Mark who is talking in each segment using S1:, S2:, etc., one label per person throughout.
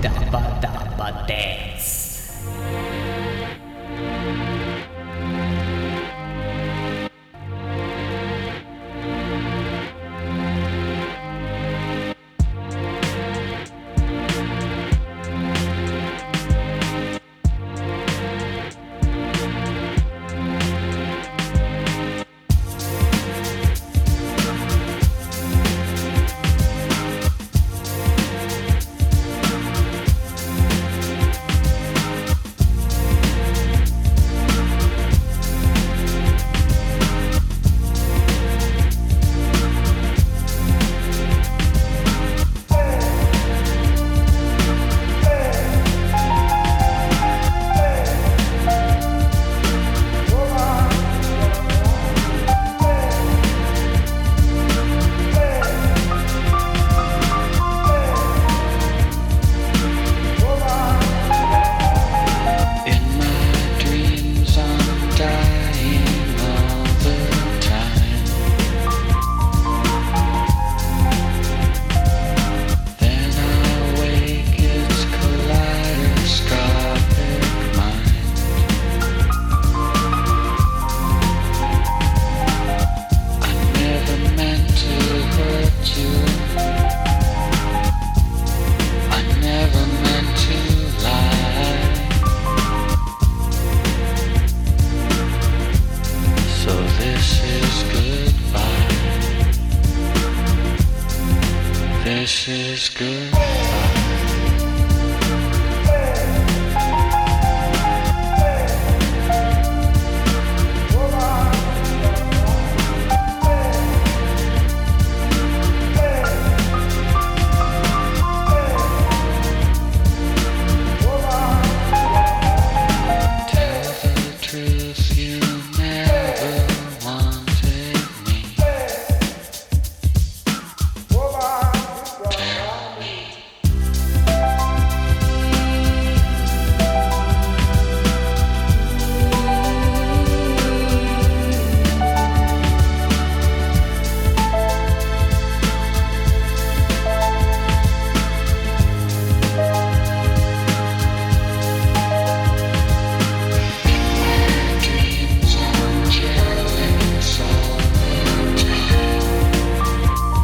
S1: Dabba Dabba Dance.
S2: In my dreams, I'm dying all the time. Then I wake, it's kaleidoscopic mind. I never meant to hurt you. I never meant to lie. So this is goodbye. This is goodbye. Tell the truth, you never wanted me. Tell me. Dreams are jealous all the time.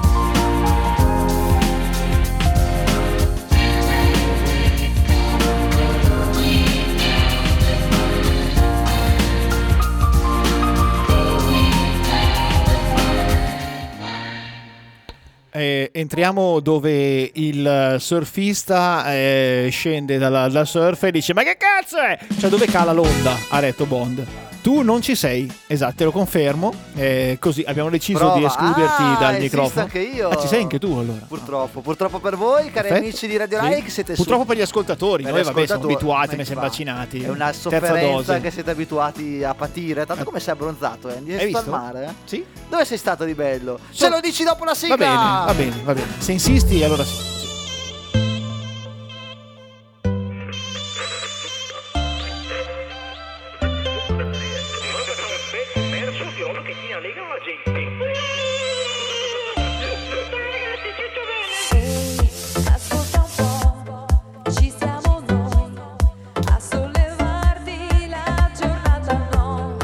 S3: Eh, entriamo dove il surfista eh, scende dalla, dal surf e dice ma che cazzo è? Cioè dove cala l'onda, ha detto Bond. Tu non ci sei, esatto, te lo confermo. Eh, così abbiamo deciso
S4: Prova.
S3: di escluderti
S4: Ah,
S3: dal
S4: esisto
S3: microfono.
S4: anche io.
S3: Ah, ci sei anche tu allora.
S4: Purtroppo, purtroppo per voi, cari
S3: Perfetto.
S4: amici di Radio
S3: Sì.
S4: Like, siete
S3: Purtroppo
S4: su.
S3: per gli ascoltatori,
S4: per
S3: noi
S4: gli
S3: vabbè siamo
S4: ascoltatori,
S3: abituati,
S4: ma
S3: ne siamo
S4: va.
S3: vaccinati.
S4: È una
S3: Terza
S4: sofferenza
S3: dose. Eh.
S4: che siete abituati a patire. Tanto come sei abbronzato, Andy?
S3: Hai
S4: Sei
S3: visto?
S4: stato al mare? eh?
S3: Sì?
S4: Dove sei stato di bello?
S3: So-
S4: Ce lo dici dopo la
S3: Va
S4: sigla!
S3: bene, va bene, va bene. Se insisti allora sì.
S5: Ascolta un po', ci siamo noi a sollevarti la giornata. No,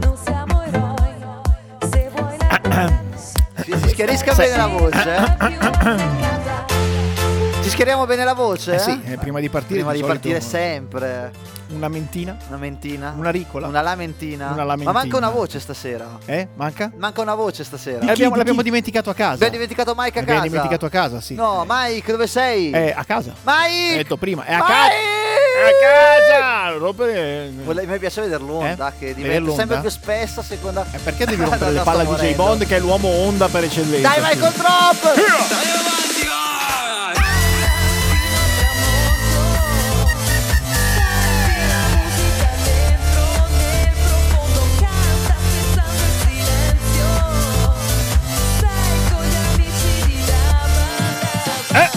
S5: non siamo eroi. Se vuoi la dance,
S4: Si, si schiarisca bene la voce. eh. Ci schieriamo bene la voce?
S3: Eh sì, eh, prima di partire
S4: Prima di
S3: solito
S4: partire sempre.
S3: una mentina,
S4: Una mentina.
S3: una ricola.
S4: Una lamentina.
S3: Una
S4: Ma
S3: lamentina.
S4: manca una voce stasera.
S3: Eh? Manca?
S4: Manca una voce stasera.
S3: Eh,
S4: Abbiamo
S3: abbiamo- l'abbiamo dimenticato a casa.
S4: dimenticato Mike a
S3: L'abbiamo
S4: casa.
S3: dimenticato a casa, sì.
S4: No, Mike, dove sei?
S3: Eh, a casa.
S4: Mike!
S3: Ho detto prima, è Eh, a
S4: Mike!
S3: casa. È a casa! Rompere-
S4: Vole- Mi piace vedere l'onda
S3: Eh?
S4: che
S3: Vedere
S4: diventa
S3: l'onda?
S4: sempre più spessa a seconda.
S3: Eh, perché devi
S4: No,
S3: rompere le
S4: sto
S3: palle a DJ
S4: morendo.
S3: Bond che è l'uomo onda per eccellenza? scusa.
S4: Dai, Michael Drop!
S3: Eh,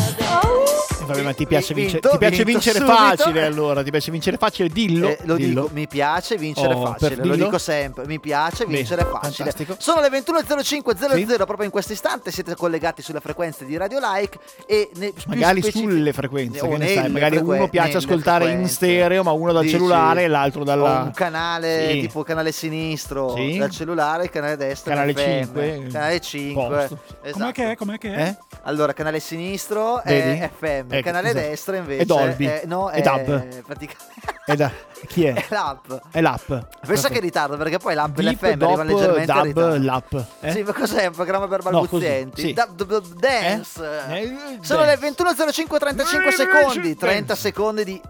S3: vabbè, ma ti piace,
S4: Vi-
S3: vince-
S4: vinto,
S3: ti piace
S4: vinto
S3: vincere
S4: subito.
S3: facile allora, ti piace vincere facile, dillo.
S4: Eh, lo
S3: dillo.
S4: dico, mi piace vincere
S3: Oh,
S4: facile,
S3: per
S4: lo
S3: dillo.
S4: dico sempre, mi piace
S3: Bene,
S4: vincere facile.
S3: fantastico.
S4: Sono le 21.05.00
S3: Sì.
S4: proprio in questo istante, siete collegati sulle frequenze di Radio Like e ne- più
S3: Magari
S4: specific-
S3: sulle frequenze,
S4: o
S3: che ne sai,
S4: nelle
S3: magari uno
S4: frequen-
S3: piace
S4: nelle
S3: ascoltare in
S4: frequenze.
S3: stereo, ma uno dal
S4: Dici,
S3: cellulare e l'altro dalla-
S4: ho un canale
S3: Sì.
S4: tipo canale sinistro
S3: Sì.
S4: dal cellulare, il canale destro
S3: Canale
S4: FM,
S3: 5,
S4: canale 5.
S3: posto.
S6: Com'è
S4: Esatto.
S6: che è? Com'è che è?
S3: Eh?
S4: Allora, canale sinistro
S3: Vedi?
S4: è FM,
S3: Ecco,
S4: canale
S3: esatto.
S4: destra invece
S3: È Dolby.
S4: è- no,
S3: È
S4: è
S3: DAB.
S4: praticamente-
S3: E da- chi è?
S4: è l'app.
S3: È l'app.
S4: Pensa che è in ritardo perché poi l'app e
S3: Deep,
S4: l'FM arriva
S3: dop,
S4: leggermente in
S3: dub,
S4: ritardo.
S3: l'app, eh?
S4: Sì, ma cos'è? Un programma per
S3: No, così,
S4: balbuzienti.
S3: sì.
S4: Dub, dub, dub, dance.
S3: Eh? Eh,
S4: Sono
S3: dance.
S4: le 21.05.35
S3: Eh,
S4: secondi.
S3: dance.
S4: 30 secondi di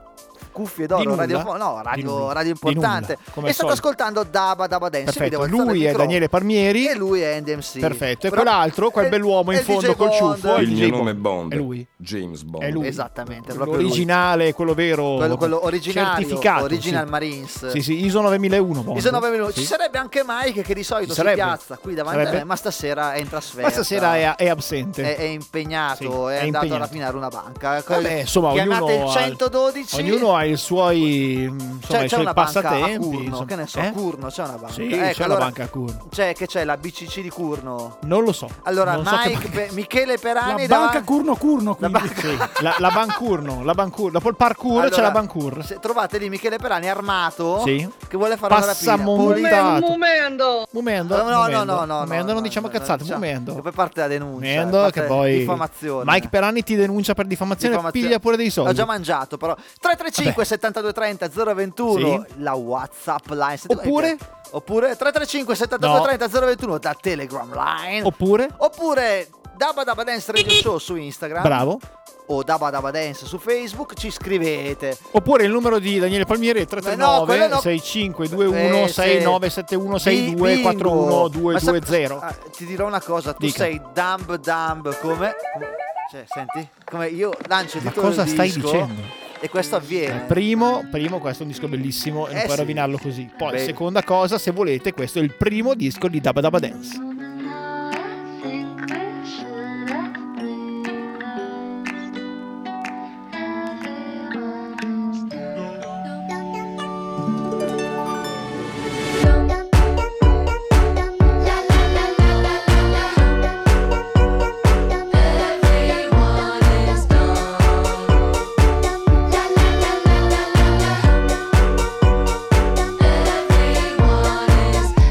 S4: cuffie
S3: Di
S4: d'oro,
S3: nulla.
S4: radio, no,
S3: Di
S4: radio,
S3: nulla.
S4: radio
S3: Di nulla,
S4: importante.
S3: come
S4: E
S3: al
S4: stato
S3: solito.
S4: ascoltando Daba Daba Dance. mi
S3: Perfetto,
S4: devo alzare
S3: lui
S4: il
S3: è
S4: microfono.
S3: Daniele Parmieri.
S4: E lui è NDMC.
S3: Perfetto, e
S4: Però-
S3: quell'altro, quel
S4: è-
S3: bell'uomo in
S4: è il
S3: fondo
S4: DJ
S3: col ciuffo,
S4: Bond.
S3: il
S7: Il
S3: DJ
S7: mio nome è
S3: Bond.
S7: Bond.
S3: È lui.
S7: James Bond.
S3: È lui.
S4: Esattamente, proprio lui.
S3: L'originale, quello vero.
S4: Quello, quello originario,
S3: certificato.
S4: Original
S3: sì.
S4: Marines.
S3: Sì, sì, ISO 9001. Bond.
S4: Mi sono nove minuti.
S3: Sì.
S4: Ci sarebbe anche Mike che di solito
S3: Ci
S4: si
S3: sarebbe.
S4: piazza qui davanti a
S3: Sarebbe.
S4: me, ma stasera è in trasferta.
S3: Ma stasera è, è absente.
S4: È, è impegnato,
S3: Sì,
S4: è,
S3: è
S4: andato
S3: impegnato.
S4: a rapinare una banca. Eh,
S3: Vabbè, insomma,
S4: Chiamate
S3: ognuno
S4: il
S3: ha-
S4: 112.
S3: Ognuno ha i suoi, insomma,
S4: c'è,
S3: i
S4: c'è
S3: suoi
S4: una banca
S3: passatempi.
S4: a Curno,
S3: insomma.
S4: che ne so,
S3: Eh?
S4: a Curno c'è una banca.
S3: Sì,
S4: Ecco,
S3: c'è la
S4: allora,
S3: banca a Curno.
S4: C'è che c'è la BCC di Curno.
S3: Non lo so.
S4: Allora,
S3: non so che
S4: Mike,
S3: banca-
S4: Pe- Michele
S6: La banca
S4: Perani davanti-
S6: curno curno
S4: La
S6: quindi.
S4: banca
S3: Sì, la, la Bancurno, la Bancur, dopo il parkour c'è
S4: Allora,
S3: la Bancur.
S4: se trovate lì Michele Perani armato
S3: Sì.
S4: che vuole fare una rapina. Pulito.
S3: Passamontato. Momento.
S4: No, no, no,
S3: momento.
S4: no, no,
S3: Momento,
S4: no, no,
S3: non diciamo
S4: no,
S3: cazzate,
S4: diciamo-
S3: momento.
S4: E poi parte la denuncia.
S3: Momento,
S4: parte
S3: che poi
S4: Diffamazione.
S3: Mike Perani ti denuncia per diffamazione,
S4: Diffamazione.
S3: piglia pure dei soldi.
S4: Ho già mangiato, però. 335 72 30 021 la WhatsApp line. Senti,
S3: Oppure?
S4: Oppure 335 72 30 021 la Telegram line.
S3: Oppure
S4: Oppure Dabba Dabba Dance Radio Show su Instagram.
S3: Bravo.
S4: O Dabba Dabba Dance su Facebook, ci scrivete.
S3: Oppure il numero di Daniele Palmieri è
S4: Ma no,
S3: 339
S4: quello no.
S3: 6521
S4: Eh, sì.
S3: 6971
S4: Bi- bingo.
S3: 6241
S4: Ma sa-
S3: 220.
S4: ah, ti dirò una cosa, tu
S3: Dica.
S4: sei dumb dumb come... Cioè, senti? Come io lancio il
S3: Ma
S4: titolo del
S3: cosa stai
S4: disco
S3: dicendo? Eh,
S4: E questo avviene.
S3: Primo, primo, questo è un disco bellissimo e non
S4: Eh,
S3: puoi
S4: sì.
S3: rovinarlo così. Poi,
S4: Bene.
S3: seconda cosa, se volete, questo è il primo disco di Dabba Dabba Dance.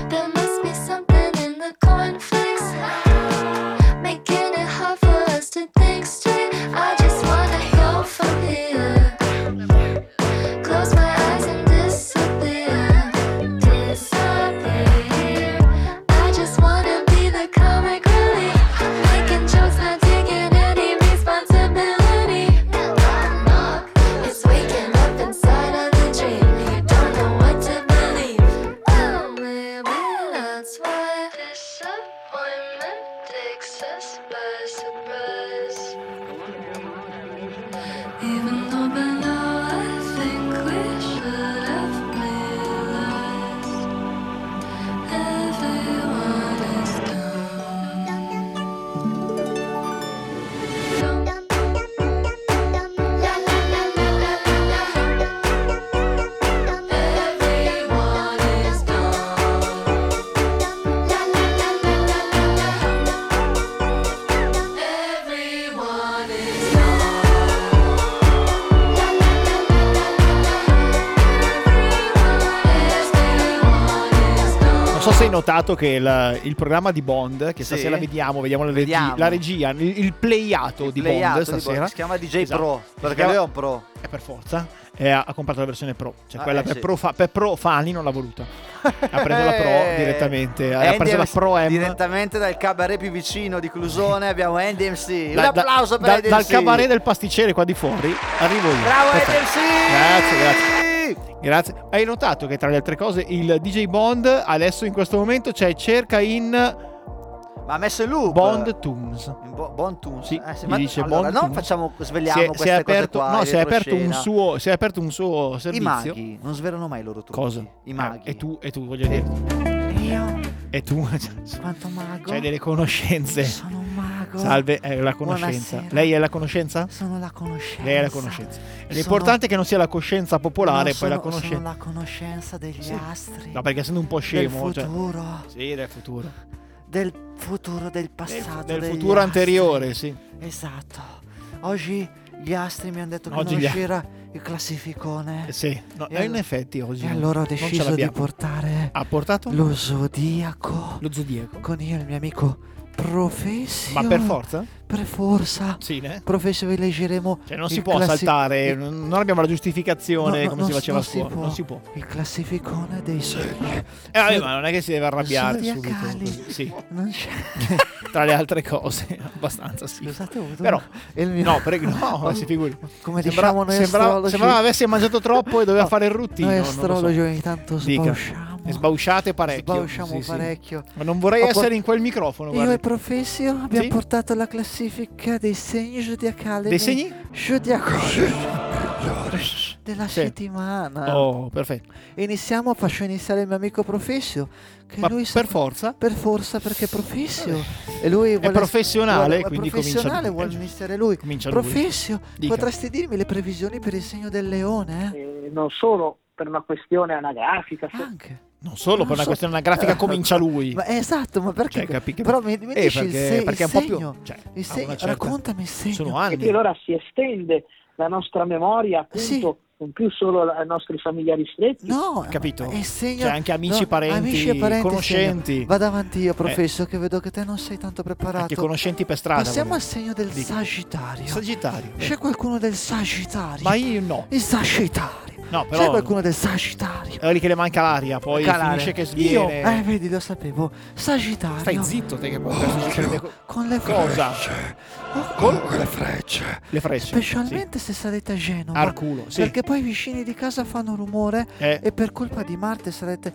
S2: There must be something in the cornflakes Making it hard for us to think straight I just wanna go from here Close my eyes and disappear Disappear I just wanna be the comic relief Making jokes, not taking any responsibility Knock, knock It's waking up inside of the dream You don't know what to believe Oh maybe that's why Disappointment takes us by surprise even though by now I think we should have realized everyone is dumb. Everyone is dumb. Everyone is dumb.
S3: Non so se hai notato che il, il programma di Bond, che
S4: Sì.
S3: stasera vediamo, vediamo la, regi-
S4: Vediamo.
S3: la regia, il, il playato di
S4: Playato
S3: Bond
S4: di
S3: stasera.
S4: Bond, Si chiama DJ
S3: Esatto.
S4: Pro,
S3: Si
S4: perché
S3: chiama-
S4: lui è un pro.
S3: è per forza. E ha, ha comprato la versione Pro, cioè
S4: Ah,
S3: quella
S4: eh,
S3: per,
S4: sì.
S3: profa- per profani non l'ha voluta. Ha preso la Pro direttamente, ha
S4: Eh, Andy
S3: preso la
S4: MC
S3: Pro M.
S4: Direttamente dal cabaret più vicino di Clusone abbiamo Andy MC. Un
S3: Da- da-
S4: applauso per
S3: da-
S4: Andy
S3: Dal
S4: MC.
S3: cabaret del pasticcere qua di fuori arrivo io.
S4: Bravo Andy
S3: Perfetto.
S4: MC!
S3: Grazie, Grazie. Hai notato che tra le altre cose il DJ Bond adesso in questo momento c'è cerca in
S4: Ma ha messo il loop.
S3: Bond Tunes.
S4: In Bo- Bon Tunes.
S3: Sì,
S4: Eh, sì,
S3: gli
S4: ma
S3: dice
S4: allora,
S3: Bon
S4: non
S3: Tunes.
S4: facciamo svegliamo
S3: Si è, si
S4: queste
S3: è
S4: cose
S3: aperto,
S4: qua.
S3: no,
S4: in
S3: si è aperto un
S4: retroscena.
S3: suo, si è aperto un suo
S4: I
S3: servizio.
S4: maghi non svelano mai i loro trucchi.
S3: Cosa?
S4: I maghi.
S3: Eh, E tu, e tu, voglio dire,
S4: Io
S3: e tu
S4: quanto mago.
S3: c'hai delle conoscenze.
S4: Sono un mago. Diego.
S3: Salve, è la conoscenza.
S4: Buonasera.
S3: Lei è la conoscenza?
S4: Sono la conoscenza.
S3: Lei è la conoscenza.
S4: Sono-
S3: L'importante è che non sia la coscienza popolare,
S4: no,
S3: poi la
S4: sono-
S3: conoscenza.
S4: Sono la conoscenza degli astri.
S3: No, perché essendo un po'
S4: del
S3: scemo. cioè-
S4: futuro.
S3: Sì, del futuro.
S4: Del futuro del
S3: Del-
S4: passato.
S3: del
S4: degli
S3: futuro
S4: astri.
S3: anteriore, sì.
S4: Esatto. Oggi gli astri mi hanno detto che
S3: Oggi
S4: non
S3: gli-
S4: uscirà il classificone.
S3: Eh, sì. No,
S4: E
S3: eh, in
S4: allo-
S3: effetti oggi
S4: E
S3: non-
S4: allora ho
S3: non ce
S4: deciso di
S3: l'abbiamo.
S4: portare
S3: Ha portato
S4: lo zodiaco
S3: lo zodiaco.
S4: con io e il mio amico Professio.
S3: Ma per forza?
S4: Per forza.
S3: Sì, ne?
S4: Professio vi leggeremo.
S3: Cioè non
S4: il
S3: si può
S4: classi-
S3: saltare,
S4: il-
S3: non abbiamo la giustificazione
S4: no, no,
S3: come
S4: non
S3: si
S4: s-
S3: faceva
S4: non
S3: a scuola, non si può.
S4: Il classificone dei sogni.
S3: Eh, vabbè, ma non è che si deve arrabbiare subito.
S4: Zodiacali.
S3: così. Sì,
S4: Non c'è.
S3: tra le altre cose, abbastanza sì.
S4: Scusate, ho avuto
S3: Però-
S4: e il mio-
S3: No, prego, no, ma si figuri.
S4: Come
S3: Sembra-
S4: diciamo noi
S3: sembrava,
S4: astrologi.
S3: sembrava avesse mangiato troppo e doveva
S4: No,
S3: fare il routine.
S4: Noi
S3: non lo so.
S4: astrologi ogni tanto
S3: Dica.
S4: sbausciamo.
S3: E Sbausciate parecchio.
S4: Sbausciamo
S3: sì, sì.
S4: parecchio.
S3: Ma non vorrei
S4: Ho por-
S3: essere in quel microfono,
S4: Io e
S3: guarda.
S4: Professio abbiamo
S3: Sì?
S4: portato la classifica dei segni zodiacali.
S3: Dei segni?
S4: Zodiacali. Della settimana.
S3: Oh, perfetto.
S4: Iniziamo, faccio iniziare il mio amico Professio. Che
S3: Ma
S4: lui
S3: per
S4: sa-
S3: forza?
S4: Per forza, perché è Professio. E lui vuole-
S3: professionale,
S4: vuole- è
S3: quindi comincia
S4: professionale,
S3: lui,
S4: vuole
S3: eh, giusto.
S4: iniziare lui.
S3: Comincia lui.
S4: professio,
S3: Dica.
S4: potresti dirmi le previsioni per il segno del leone?
S8: eh, non solo per una questione anagrafica, se-
S4: Anche.
S3: Non solo per
S4: Non
S3: una
S4: so-
S3: questione anagrafica comincia lui.
S4: Ma eh, esatto, ma perché?
S3: Cioè, capi-
S4: Però mi, mi
S3: Eh,
S4: dici il,
S3: perché-
S4: se- il
S3: perché è un po' più-
S4: segno.
S3: cioè, ha
S4: il segno.
S3: una certa-
S4: Raccontami il segno.
S3: Sono
S8: e
S3: anni.
S8: quindi allora si estende la nostra memoria appunto
S4: Sì.
S8: non più solo la- ai nostri familiari stretti,
S4: No,
S3: Capito?
S4: ma È il segno,
S3: Cioè, anche amici, parenti,
S4: amici e parenti,
S3: conoscenti.
S4: segno. Vado avanti io, professore, che vedo che te non sei tanto
S3: Eh. Anche
S4: preparato.
S3: conoscenti per strada.
S4: Passiamo al
S3: volevo.
S4: segno del
S3: Dica.
S4: Sagittario.
S3: Sagittario.
S4: C'è qualcuno del Sagittario?
S3: Ma io no.
S4: Il Sagittario.
S3: No,
S4: C'è
S3: però-
S4: qualcuno del Sagittario?
S3: È lì che le manca l'aria, poi
S4: Calare.
S3: finisce che
S4: Io,
S3: sviene.
S4: eh, vedi, lo sapevo. Sagittario.
S3: Stai zitto te che poi adesso si prende co-
S4: Con le
S3: Cosa?
S4: frecce. Oh,
S3: Col-
S2: le frecce.
S3: le frecce.
S4: Specialmente se sarete a Genova.
S3: Al culo, sì.
S4: Perché poi i vicini di casa fanno rumore
S3: Eh.
S4: e per colpa di Marte sarete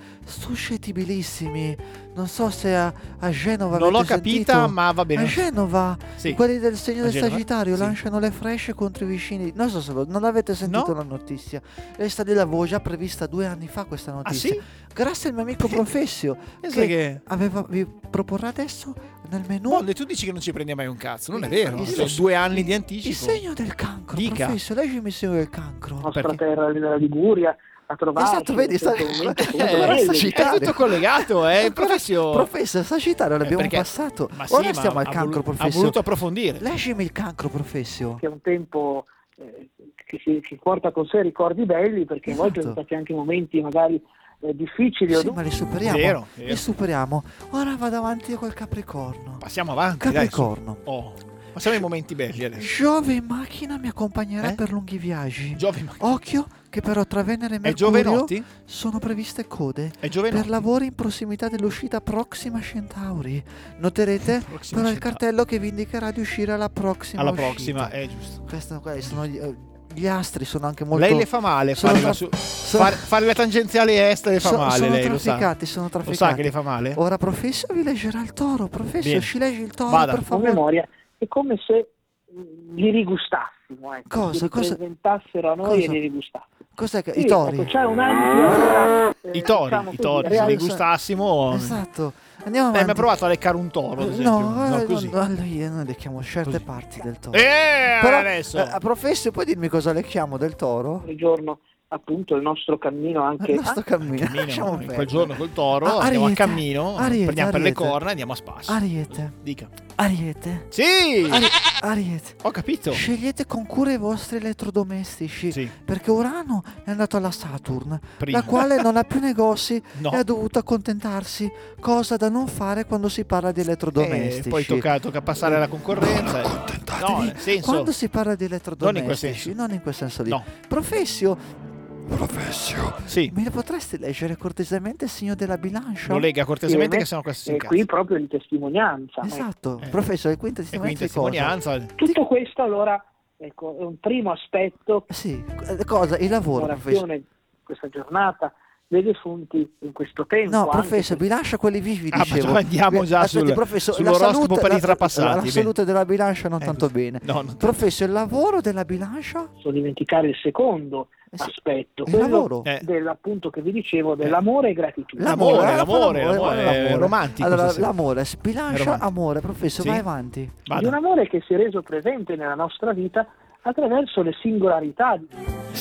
S4: suscettibilissimi. Non so se a, a Genova
S3: Non
S4: avete
S3: l'ho capita,
S4: sentito.
S3: ma va bene.
S4: A Genova,
S3: Sì.
S4: quelli del segno
S3: A
S4: del
S3: Genova,
S4: Sagittario
S3: sì.
S4: lanciano le frecce contro i vicini. Non so se lo- non avete sentito
S3: No?
S4: la notizia. Resta di lavoro già prevista due anni fa questa notizia.
S3: Ah, sì?
S4: Grazie al mio amico Professio
S3: Pensa che-
S4: aveva- vi proporrà adesso nel menù
S3: Bondi, Boh, tu dici che non ci prendi mai un cazzo, non è vero.
S4: Il
S3: Sono
S4: segno-
S3: due anni di
S4: il
S3: anticipo.
S4: segno del cancro.
S3: Dica.
S4: Professio, leggimi il segno del cancro.
S8: la nostra
S3: perché?
S8: terra della Liguria, a trovare
S4: Esatto, vedi, sta- Allora,
S3: Eh, è
S4: Sagittario.
S3: tutto collegato, eh, professio.
S4: Professore, Sagittario l'abbiamo
S3: Eh, perché-
S4: passato.
S3: Ma sì,
S4: Ora
S3: ma
S4: stiamo al
S3: ha
S4: cancro,
S3: volu- Ha
S4: professore.
S3: voluto approfondire.
S4: Leggimi il cancro, professio.
S8: che è un tempo eh, che si, si porta con sé ricordi belli, perché a volte
S4: Esatto.
S8: sono stati anche momenti magari eh, difficili o
S4: Sì, ma li superiamo.
S3: Vero, vero.
S4: Li superiamo. Ora vado avanti col Capricorno.
S3: Passiamo avanti, dai. su.
S4: Capricorno.
S3: Oh, passiamo ai momenti belli adesso.
S4: Giove in macchina mi accompagnerà
S3: Eh?
S4: per lunghi viaggi.
S3: Giove, ma-
S4: Occhio che però tra Venere e
S3: È
S4: Mercurio
S3: Giovenotti?
S4: sono previste code
S3: È Giovenotti?
S4: per lavori in prossimità dell'uscita Proxima Centauri. Noterete
S3: Proxima
S4: però
S3: Centauri.
S4: il cartello che vi indicherà di uscire alla prossima
S3: Alla
S4: uscita.
S3: prossima, è giusto.
S4: Questo- quelli sono gli, eh, gli astri sono anche molto
S3: Lei le fa male
S4: sono
S3: fare, la
S4: tra-
S3: su-
S4: sono-
S3: fare- fare la tangenziale est le fa
S4: so-
S3: male,
S4: sono
S3: lei lo sa.
S4: trafficati, sono
S3: Lo
S4: trafficati.
S3: sa che le fa male?
S4: Ora professor vi leggerà il toro, professor
S3: Bene.
S4: ci leggi il toro
S3: Vada.
S4: per
S8: con
S4: favore.
S8: memoria, è come se mm, li rigustassimo, ecco,
S4: Cosa,
S8: si
S4: cosa-
S8: presentassero a noi
S4: cosa?
S8: e li rigustassimo.
S4: Cos'è che
S8: Sì,
S4: i tori?
S8: ecco, c'è un ampio, eh,
S3: I tori,
S8: diciamo
S3: i
S8: così,
S3: tori, se
S8: reale-
S3: li gustassimo...
S4: Esatto. Andiamo
S3: Eh, mi
S4: avanti.
S3: ha provato a leccare un toro, ad esempio.
S4: No, eh,
S3: così.
S4: no, allora io non lecchiamo certe parti del toro.
S3: Eh,
S4: Però,
S3: adesso...
S4: eh, professor, puoi dirmi cosa lecchiamo del toro?
S8: ogni giorno appunto il nostro cammino anche
S4: Non sto camminando.
S3: Cammino,
S4: lasciamo
S3: in
S4: perdere.
S3: quel giorno col toro
S4: Ah,
S3: andiamo a
S4: Ariete,
S3: cammino,
S4: Ariete,
S3: prendiamo per le
S4: Ariete.
S3: corna e andiamo a spasso.
S4: Ariete,
S3: Dica.
S4: Ariete,
S3: Sì!
S4: Ari- Ariete.
S3: Ho capito.
S4: Scegliete con cura i vostri elettrodomestici.
S3: Sì.
S4: Perché Urano è andato alla Saturn,
S3: Prima.
S4: la quale non ha più negozi
S3: No.
S4: e ha dovuto accontentarsi, cosa da non fare quando si parla di
S3: Eh,
S4: elettrodomestici.
S3: poi tocca, tocca passare alla concorrenza. No, nel senso...
S4: Quando si parla di elettrodomestici,
S3: senso.
S4: non in quel senso lì.
S3: No.
S4: Professio,
S2: Professio.
S3: Sì,
S4: me lo potresti leggere cortesemente il segno della bilancia?
S3: lo lega cortesemente
S8: insieme,
S3: che sennò questo si
S8: e
S3: incazza.
S8: qui proprio di testimonianza. ecco.
S4: Esatto,
S3: Eh.
S4: professore, quinta
S3: E quindi
S4: testimonianza di cosa?
S3: testimonianza...
S8: Tutto questo allora ecco, è un primo aspetto
S4: Sì, eh, cosa? Il lavoro, professore.
S8: l'orazione di questa giornata dei defunti in questo tempo.
S4: No,
S8: anche
S4: professor,
S8: perché
S4: bilancia quelli vivi,
S3: Ah, ma
S4: dicevo. eh,
S3: andiamo già
S4: Aspetti,
S3: sul-
S4: professor, la
S3: sull'oroscopo
S4: salute-
S3: per i
S4: la-
S3: trapassati,
S4: La,
S3: bene.
S4: salute della bilancia non
S3: Eh,
S4: tanto
S3: giusto.
S4: bene.
S3: No, non tanto.
S4: Professor, il lavoro della bilancia?
S8: posso dimenticare il secondo
S4: sì.
S8: aspetto,
S4: Il
S8: quello
S4: lavoro.
S3: Eh.
S8: dell'appunto che vi dicevo, dell'amore e gratitudine.
S3: L'amore,
S4: eh,
S3: l'amore, l'amore,
S4: l'amore.
S3: romantico
S4: Allora,
S3: stasera.
S4: l'amore, si lascia
S3: romantico.
S4: amore, professore,
S3: Sì.
S4: vai avanti.
S8: Di un
S3: Vado.
S8: amore che si è reso presente nella nostra vita attraverso le singolarità di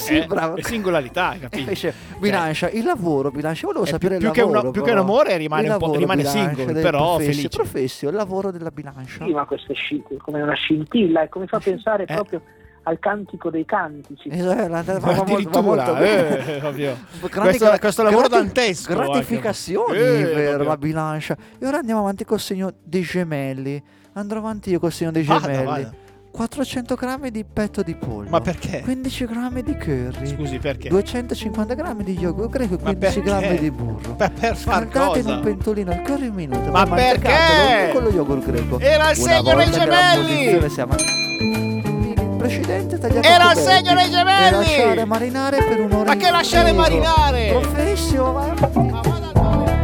S3: Eh,
S4: bravo. Eh,
S3: è singolarità, hai capito?
S4: Invece,
S3: Cioè,
S4: Bilancia, il lavoro, Bilancia, volevo
S3: Eh,
S4: sapere
S3: più
S4: il
S3: che un-
S4: lavoro.
S3: più che
S4: però.
S3: un amore rimane
S4: Il
S3: un po'-
S4: lavoro,
S3: rimane
S4: Bilancia,
S3: single,
S4: del
S3: però
S4: professio.
S3: felice.
S4: Professio, il lavoro della Bilancia.
S8: prima queste scintille, come una scintilla, ecco, mi fa pensare
S3: Eh.
S8: proprio al cantico dei cantici.
S4: Esatto, va molto- va
S3: Addirittura,
S4: molto bene.
S3: eh, ovvio.
S4: Grande
S3: Questo-
S4: gra-
S3: questo lavoro
S4: grati-
S3: dantesco anche.
S4: Gratificazioni
S3: Eh,
S4: per
S3: proprio.
S4: la bilancia. E ora andiamo avanti col segno dei gemelli. Andrò avanti io col segno dei
S3: Vada,
S4: gemelli.
S3: vada.
S4: 400 grammi di petto di pollo.
S3: Ma perché?
S4: 15 grammi di curry.
S3: Scusi, perché?
S4: 250 grammi di yogurt greco e
S3: Ma perché?
S4: 15 grammi di burro.
S3: Per- per far
S4: Scaldate in
S3: cosa?
S4: un pentolino il curry un minuto.
S3: Ma
S4: poi mantecatelo
S3: perché?
S4: Con lo yogurt greco.
S3: Era il
S4: Una
S3: segno dei
S4: volta che la
S3: gemelli!
S4: posizione sia man- Precedente tagliato
S3: Era il
S4: coperti
S3: segno dei gemelli!
S4: E lasciare marinare per un'ora.
S3: Ma che
S4: in
S3: lasciare
S4: frigo.
S3: marinare? Ah,
S4: Professio, vai avanti.
S3: Ma vada al mare.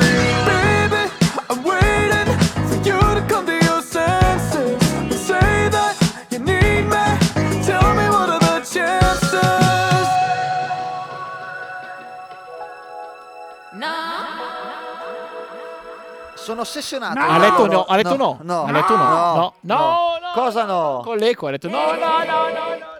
S9: Baby, I'm waiting for you to come to your senses. And say that you need me. Tell me what are the chances?
S4: Sono ossessionato.
S3: Ha letto no, ha letto no. Ha letto no. No, no, no.
S4: Cosa no?
S3: Con l'eco ha detto no, no, no, no, no.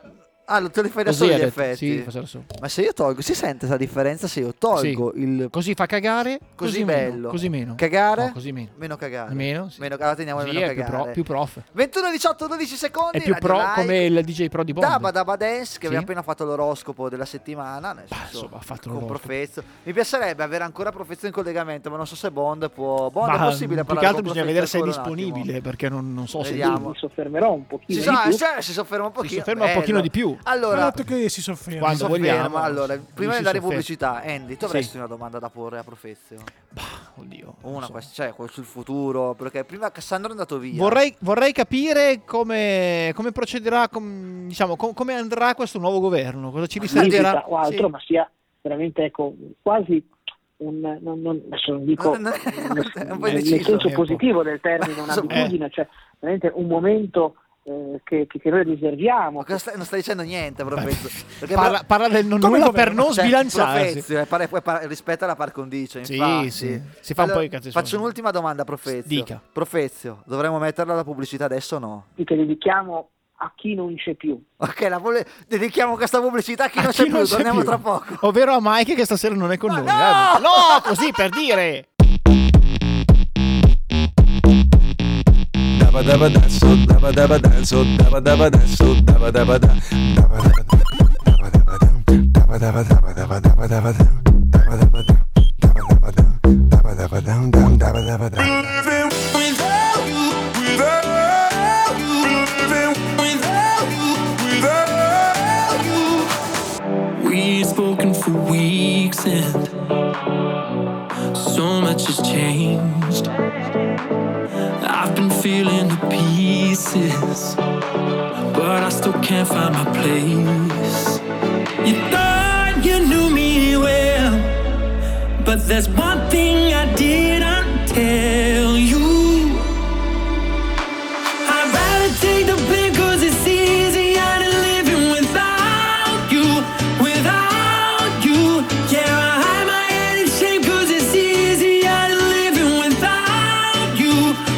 S4: Ah, lo- te li fai da
S3: Così
S4: solo
S3: ha
S4: gli
S3: detto,
S4: effetti.
S3: sì, faccio da solo.
S4: Ma se io tolgo, si sente la differenza se io
S3: Sì.
S4: tolgo il così,
S3: Così fa cagare, così, meno,
S4: bello.
S3: così meno.
S4: Cagare?
S3: No, così meno.
S4: Meno cagare.
S3: Meno, sì.
S4: Meno allora teniamo il
S3: Sì,
S4: meno
S3: è più
S4: cagare.
S3: pro- più prof.
S4: 21, 18, 12 secondi.
S3: È più
S4: Radio
S3: pro
S4: Live.
S3: come il DJ pro di Bond.
S4: Daba Daba Dance che
S3: Sì.
S4: abbiamo appena fatto l'oroscopo della settimana. nel
S3: Bah,
S4: senso,
S3: insomma, ha fatto
S4: con
S3: l'oroscopo.
S4: Profezio. Mi piacerebbe avere ancora Profezio in collegamento, ma non so se Bond può. Bond
S3: Ma
S4: è possibile
S3: più
S4: parlare
S3: che altro
S4: con
S3: bisogna
S4: Profezio
S3: vedere se è
S4: ancora un attimo?
S3: disponibile, perché non, non so se
S4: Vediamo.
S8: Mi soffermerò un pochino
S4: Si,
S8: di
S4: sa-
S8: più.
S4: cioè, si sofferma un pochino.
S3: si sofferma un pochino
S4: bello.
S3: di più. eh,
S4: Allora,
S6: che si soffre.
S4: si
S3: Quando
S4: sofferma.
S3: vogliamo.
S4: Allora,
S3: Lui
S4: prima
S3: si
S4: di andare in
S3: sofferma.
S4: pubblicità, Andy, tu avresti
S3: Sì.
S4: una domanda da porre a Profezio?
S3: Bah, oddio. non
S4: Una,
S3: so.
S4: quest- cioè, quel sul futuro, perché prima Cassandro è andato via.
S3: Vorrei, vorrei capire come, come procederà, com- diciamo, com- come andrà questo nuovo governo, cosa ci riserverà.
S8: visita o altro,
S3: Sì.
S8: ma sia veramente ecco, quasi un non, non, adesso non dico
S4: No, no, no, è un po' eh.
S8: nel
S4: indeciso.
S8: senso
S3: È un po'.
S8: positivo del termine, un'abitudine, cioè veramente un momento eh, che, che che noi
S4: Ma
S8: riserviamo.
S4: cosa stai- non stai dicendo niente, Profezio. Perché
S3: Parla,
S4: però-
S3: parla del non
S6: Come
S3: nulla per
S6: governo?
S3: non
S4: cioè,
S3: sbilanciarsi.
S4: Profezio, eh, pare- poi par- rispetta la par condicio,
S3: Sì,
S4: infatti.
S3: sì. Si fa un po' i cazzi suoi.
S4: Faccio un'ultima domanda, Profezio.
S3: Dica.
S4: Profezio, dovremmo metterla alla pubblicità adesso o no?
S8: Che dedichiamo a chi non c'è più.
S4: Ok, la vole- dedichiamo questa pubblicità a chi
S3: A
S4: non c'è
S3: chi
S4: più,
S3: non
S4: torniamo
S3: più?
S4: tra poco.
S3: Ovvero a Mike che stasera non è con noi.
S4: no!
S3: eh. no, così per dire.
S9: Dabba dabba da, so dabba dabba da, so dabba dabba da, so dabba dabba da, dabba dabba da, dabba dabba da, dabba dabba dabba dabba dabba dabba da, dabba dabba da, dabba dabba da, dabba dabba da, dabba dabba
S6: Dabba-dum,
S9: da,
S6: dum, dabba-dabba-dum.
S9: Living without you, without you. Living without you, without you.
S2: We'd spoken for weeks and so much has changed. I've been feeling the pieces, but I still can't find my place. You thought you knew me well, but there's one thing I didn't tell you. I'd rather take the blame 'cause it's easier to living without you, without you. Yeah, I hide my head in shame 'cause it's easier to living without you,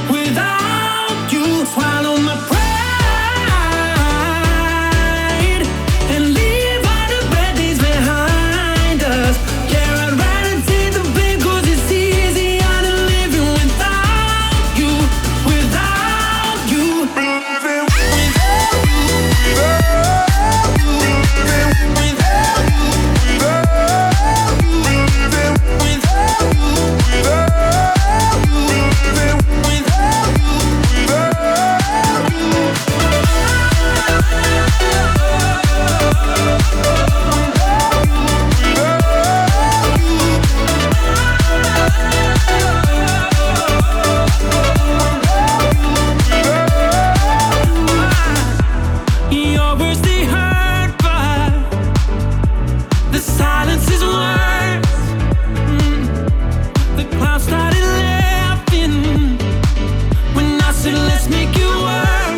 S2: without you. Swallow my pride and leave all the bad days behind us. Yeah, I'd rather take the blame 'cause it's easier to living without you, without you.
S9: Living without you, without you. Living without you, without you. Living without you, without you. Living without you, without you.
S2: Your words they hurt, but the silence is worse. Mm. The clouds started laughing when I said, "Let's make it work."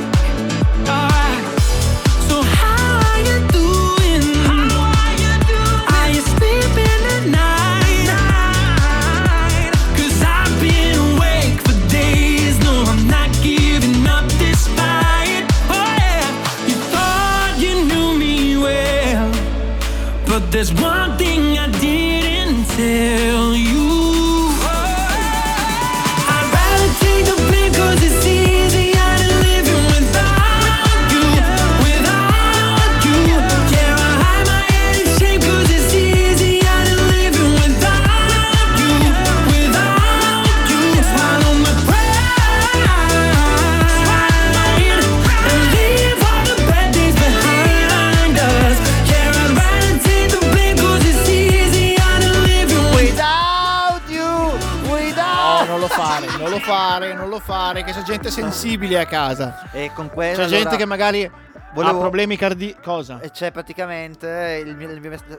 S2: Alright. So how are you doing? Are you sleeping at night? 'Cause I've been awake for days. No, I'm not giving up this fight. Oh yeah, you thought you knew me well, but there's one thing I didn't tell you. Oh, I'd rather take the blame 'cause it's easier to live without you, without you. Yeah, I hide my head in shame 'cause it's easier to live without you, without you. Swallow my pride and leave all the bad days behind us. Yeah, I'd rather take the blame 'cause it's easier to live without.
S4: Without you,
S3: No,
S4: without
S3: non lo fare, non lo fare, non lo fare, che c'è gente sensibile a casa.
S4: E con questo
S3: C'è gente che magari ha
S4: volevo-
S3: problemi cardiaci. Cosa?
S4: E c'è praticamente il mio, il mio mess- eh,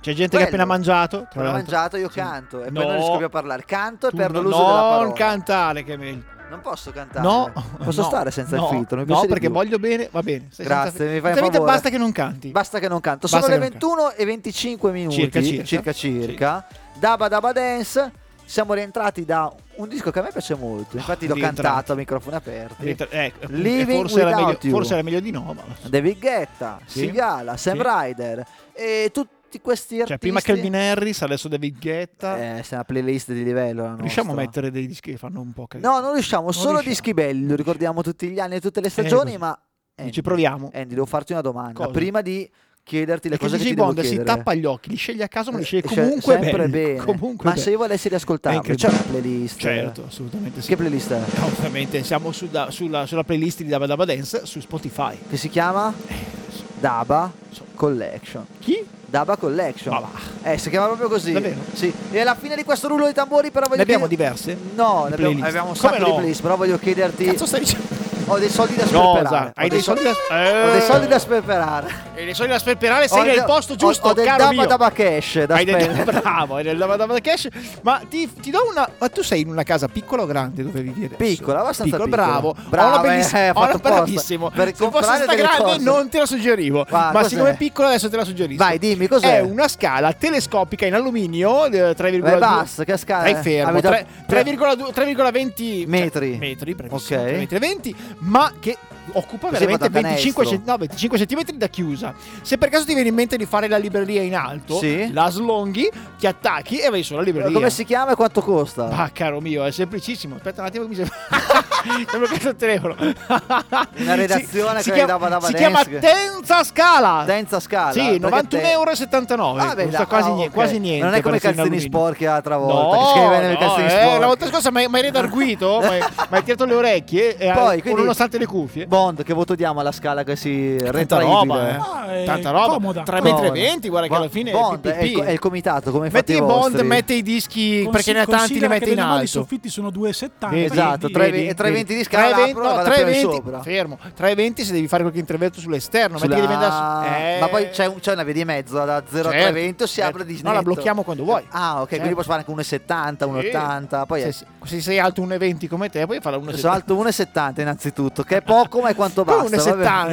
S3: C'è gente
S4: quello.
S3: che ha appena mangiato. Tra
S4: Appena
S3: l'altro.
S4: mangiato io
S3: Sì.
S4: canto e
S3: No.
S4: poi non riesco più a parlare. Canto e
S3: Tu
S4: perdo
S3: no-
S4: l'uso della parola.
S3: Non cantare, che è meglio.
S4: non posso cantare.
S3: No,
S4: posso
S3: no,
S4: stare senza
S3: no,
S4: il filtro. mi
S3: No,
S4: piace di
S3: perché
S4: più.
S3: voglio bene, va bene. stai senza
S4: Grazie,
S3: filtro.
S4: mi fai un
S3: Veramente
S4: favore.
S3: Basta che non canti.
S4: Basta che non canto. Sono
S3: Basta
S4: le
S3: che non
S4: 21 e 25 minuti
S3: Circa, circa.
S4: circa, circa. Dabba Dabba Dance. Siamo rientrati da un disco che a me piace molto. Infatti l'ho
S3: rientrati.
S4: cantato a microfoni aperti.
S3: Rientra- ecco,
S4: Living
S3: forse, era
S4: without
S3: meglio,
S4: you.
S3: forse era meglio di no. Ma...
S4: David Guetta,
S3: Sì.
S4: Sigala, Sam
S3: Sì.
S4: Ryder e tutti questi artisti.
S3: Cioè, prima Calvin Harris, adesso David Guetta.
S4: Eh, se è una playlist di livello. la
S3: riusciamo a
S4: nostra.
S3: mettere dei dischi che fanno un po' cagare?
S4: No, non riusciamo, solo
S3: riusciamo. Eh,
S4: dischi belli, lo ricordiamo tutti gli anni e tutte le stagioni,
S3: così.
S4: ma Andy,
S3: Ci proviamo.
S4: Andy, devo farti una domanda
S3: Cosa?
S4: prima di chiederti le
S3: Perché
S4: cose che
S3: DJ
S4: ti
S3: Bond
S4: devo
S3: si
S4: chiedere.
S3: tappa gli occhi, li sceglie a caso, ma li sceglie
S4: Eh,
S3: comunque
S4: sempre
S3: belli.
S4: bene.
S3: Comunque
S4: ma
S3: belli.
S4: se io volessi riascoltarli,
S3: È
S4: c'è una
S3: incredibile.
S4: playlist.
S3: Certo, assolutamente sì.
S4: Che playlist è?
S3: Eh, Ovviamente siamo su da- sulla, sulla playlist di Dabba Dabba Dance su Spotify.
S4: Che si chiama
S3: Eh.
S4: Daba
S3: insomma.
S4: Collection.
S3: Chi?
S4: Daba Collection.
S3: Ma va.
S4: Eh, si chiama proprio così.
S3: Davvero?
S4: Sì. E alla fine di questo rullo di tamburi, però voglio
S3: Ne abbiamo
S4: chiedere-
S3: diverse? Di
S4: No, ne abbiamo,
S3: playlist?
S4: abbiamo un
S3: Come
S4: sacco di
S3: no?
S4: playlist, però voglio chiederti.
S3: Cazzo stai dicendo?
S4: Ho dei soldi da sperperare.
S3: Cosa? Hai
S4: Ho
S3: dei
S4: sol-
S3: soldi da Eh, sperperare?
S4: Ho dei soldi da sperperare.
S3: E le soldi da sperperare
S4: Ho
S3: sei nel
S4: del-
S3: posto
S4: ho-
S3: giusto,
S4: ho del
S3: caro
S4: Dabba
S3: mio.
S4: Dabba Cash da
S3: Hai del-
S4: spendere.
S3: bravo, hai del Dabba Dabba Cash. Ma ti, ti do una. Ma tu sei in una casa piccola o grande dove vivi adesso?
S4: Piccola, abbastanza piccola.
S3: Bravo,
S4: Brava,
S3: ho una belliss-
S4: eh,
S3: ho
S4: fatto
S3: una-
S4: apposta.
S3: bravissimo.
S4: Per
S3: Se fosse
S4: comprare
S3: stata
S4: delle
S3: grande
S4: cose.
S3: non te la suggerivo.
S4: Va,
S3: ma
S4: cos'è?
S3: siccome è piccola adesso te la suggerisco.
S4: Vai, dimmi, cos'è?
S3: È una scala telescopica in alluminio eh, 3,2
S4: Beh, basta, che scala è?
S3: Stai fermo,
S4: Avete-
S3: tre- 3,2 3,20
S4: Metri.
S3: cioè, metri,
S4: Ok.
S3: bravissimo, 3,20, ma che occupa
S4: Eh? Così
S3: veramente
S4: vado a
S3: 25,
S4: canestro.
S3: cent- no, 25 centimetri da chiusa. Se per caso ti viene in mente di fare la libreria in alto,
S4: Sì.
S3: la slonghi, ti attacchi e vai sulla libreria.
S4: Come si chiama e quanto costa?
S3: Ah, caro mio, è semplicissimo. Aspetta un attimo che mi sembra. Mi ha bloccato il telefono.
S4: Una redazione
S3: si,
S4: che
S3: chiama,
S4: dava- dava
S3: si
S4: dance.
S3: chiama Tenza Scala.
S4: Senza scala.
S3: Sì,
S4: perché
S3: 91,79
S4: te-
S3: euro.
S4: Ah, beh,
S3: Costa
S4: dai,
S3: quasi,
S4: ah,
S3: nie-
S4: ok.
S3: quasi niente.
S4: Non è come i
S3: per essere in
S4: calzini
S3: alluminio.
S4: sporchi l'altra volta. che scrivi bene
S3: No,
S4: nei
S3: no,
S4: calzini
S3: eh,
S4: sporchi.
S3: la volta scorsa mi hai- mi hai redarguito, mi hai mi hai tirato le orecchie e
S4: Poi,
S3: Poi,
S4: quindi-
S3: nonostante le cuffie.
S4: Bond, che voto diamo alla scala così
S3: Tanta
S4: retraibile?
S3: roba, eh.
S2: Ah, è
S3: tanta roba.
S2: comoda.
S3: 3,20
S4: Bond.
S3: metri, guarda che alla fine
S4: Bond
S3: è
S4: è, il,
S3: PPP.
S4: co- è il comitato, come fate
S3: Metti
S4: i
S3: i bond,
S4: vostri.
S3: metti i dischi perché ne ha tanti,
S2: Considera
S3: li
S2: che
S3: metti
S2: delle
S3: in
S2: mali
S3: alto.
S2: I soffitti sono 2,70.
S3: Vedi,
S4: Esatto,
S2: quindi-
S4: tre-
S3: vedi,
S4: e 3,20
S3: vedi.
S4: di scala, la
S3: 3,20
S4: prova
S3: no,
S4: vada più in
S3: 3,20
S4: sopra.
S3: Fermo, 3,20 se devi fare qualche intervento sull'esterno, metti che
S4: Sulla-
S3: devi andare su-
S4: Ma
S3: Eh,
S4: poi c'è, un- c'è una via di mezzo da 0
S3: Certo,
S4: a 3,20 si
S3: certo.
S4: apre di
S3: No, la blocchiamo quando vuoi.
S4: Ah, ok, quindi
S3: Certo.
S4: posso fare anche 1,70, 1,80. Poi è-
S3: se, se sei alto 1,20 come te, puoi fare
S4: sono
S3: 1,70.
S4: alto 1,70 innanzitutto, che è poco ma è quanto
S3: Poi
S4: basta. vabbè.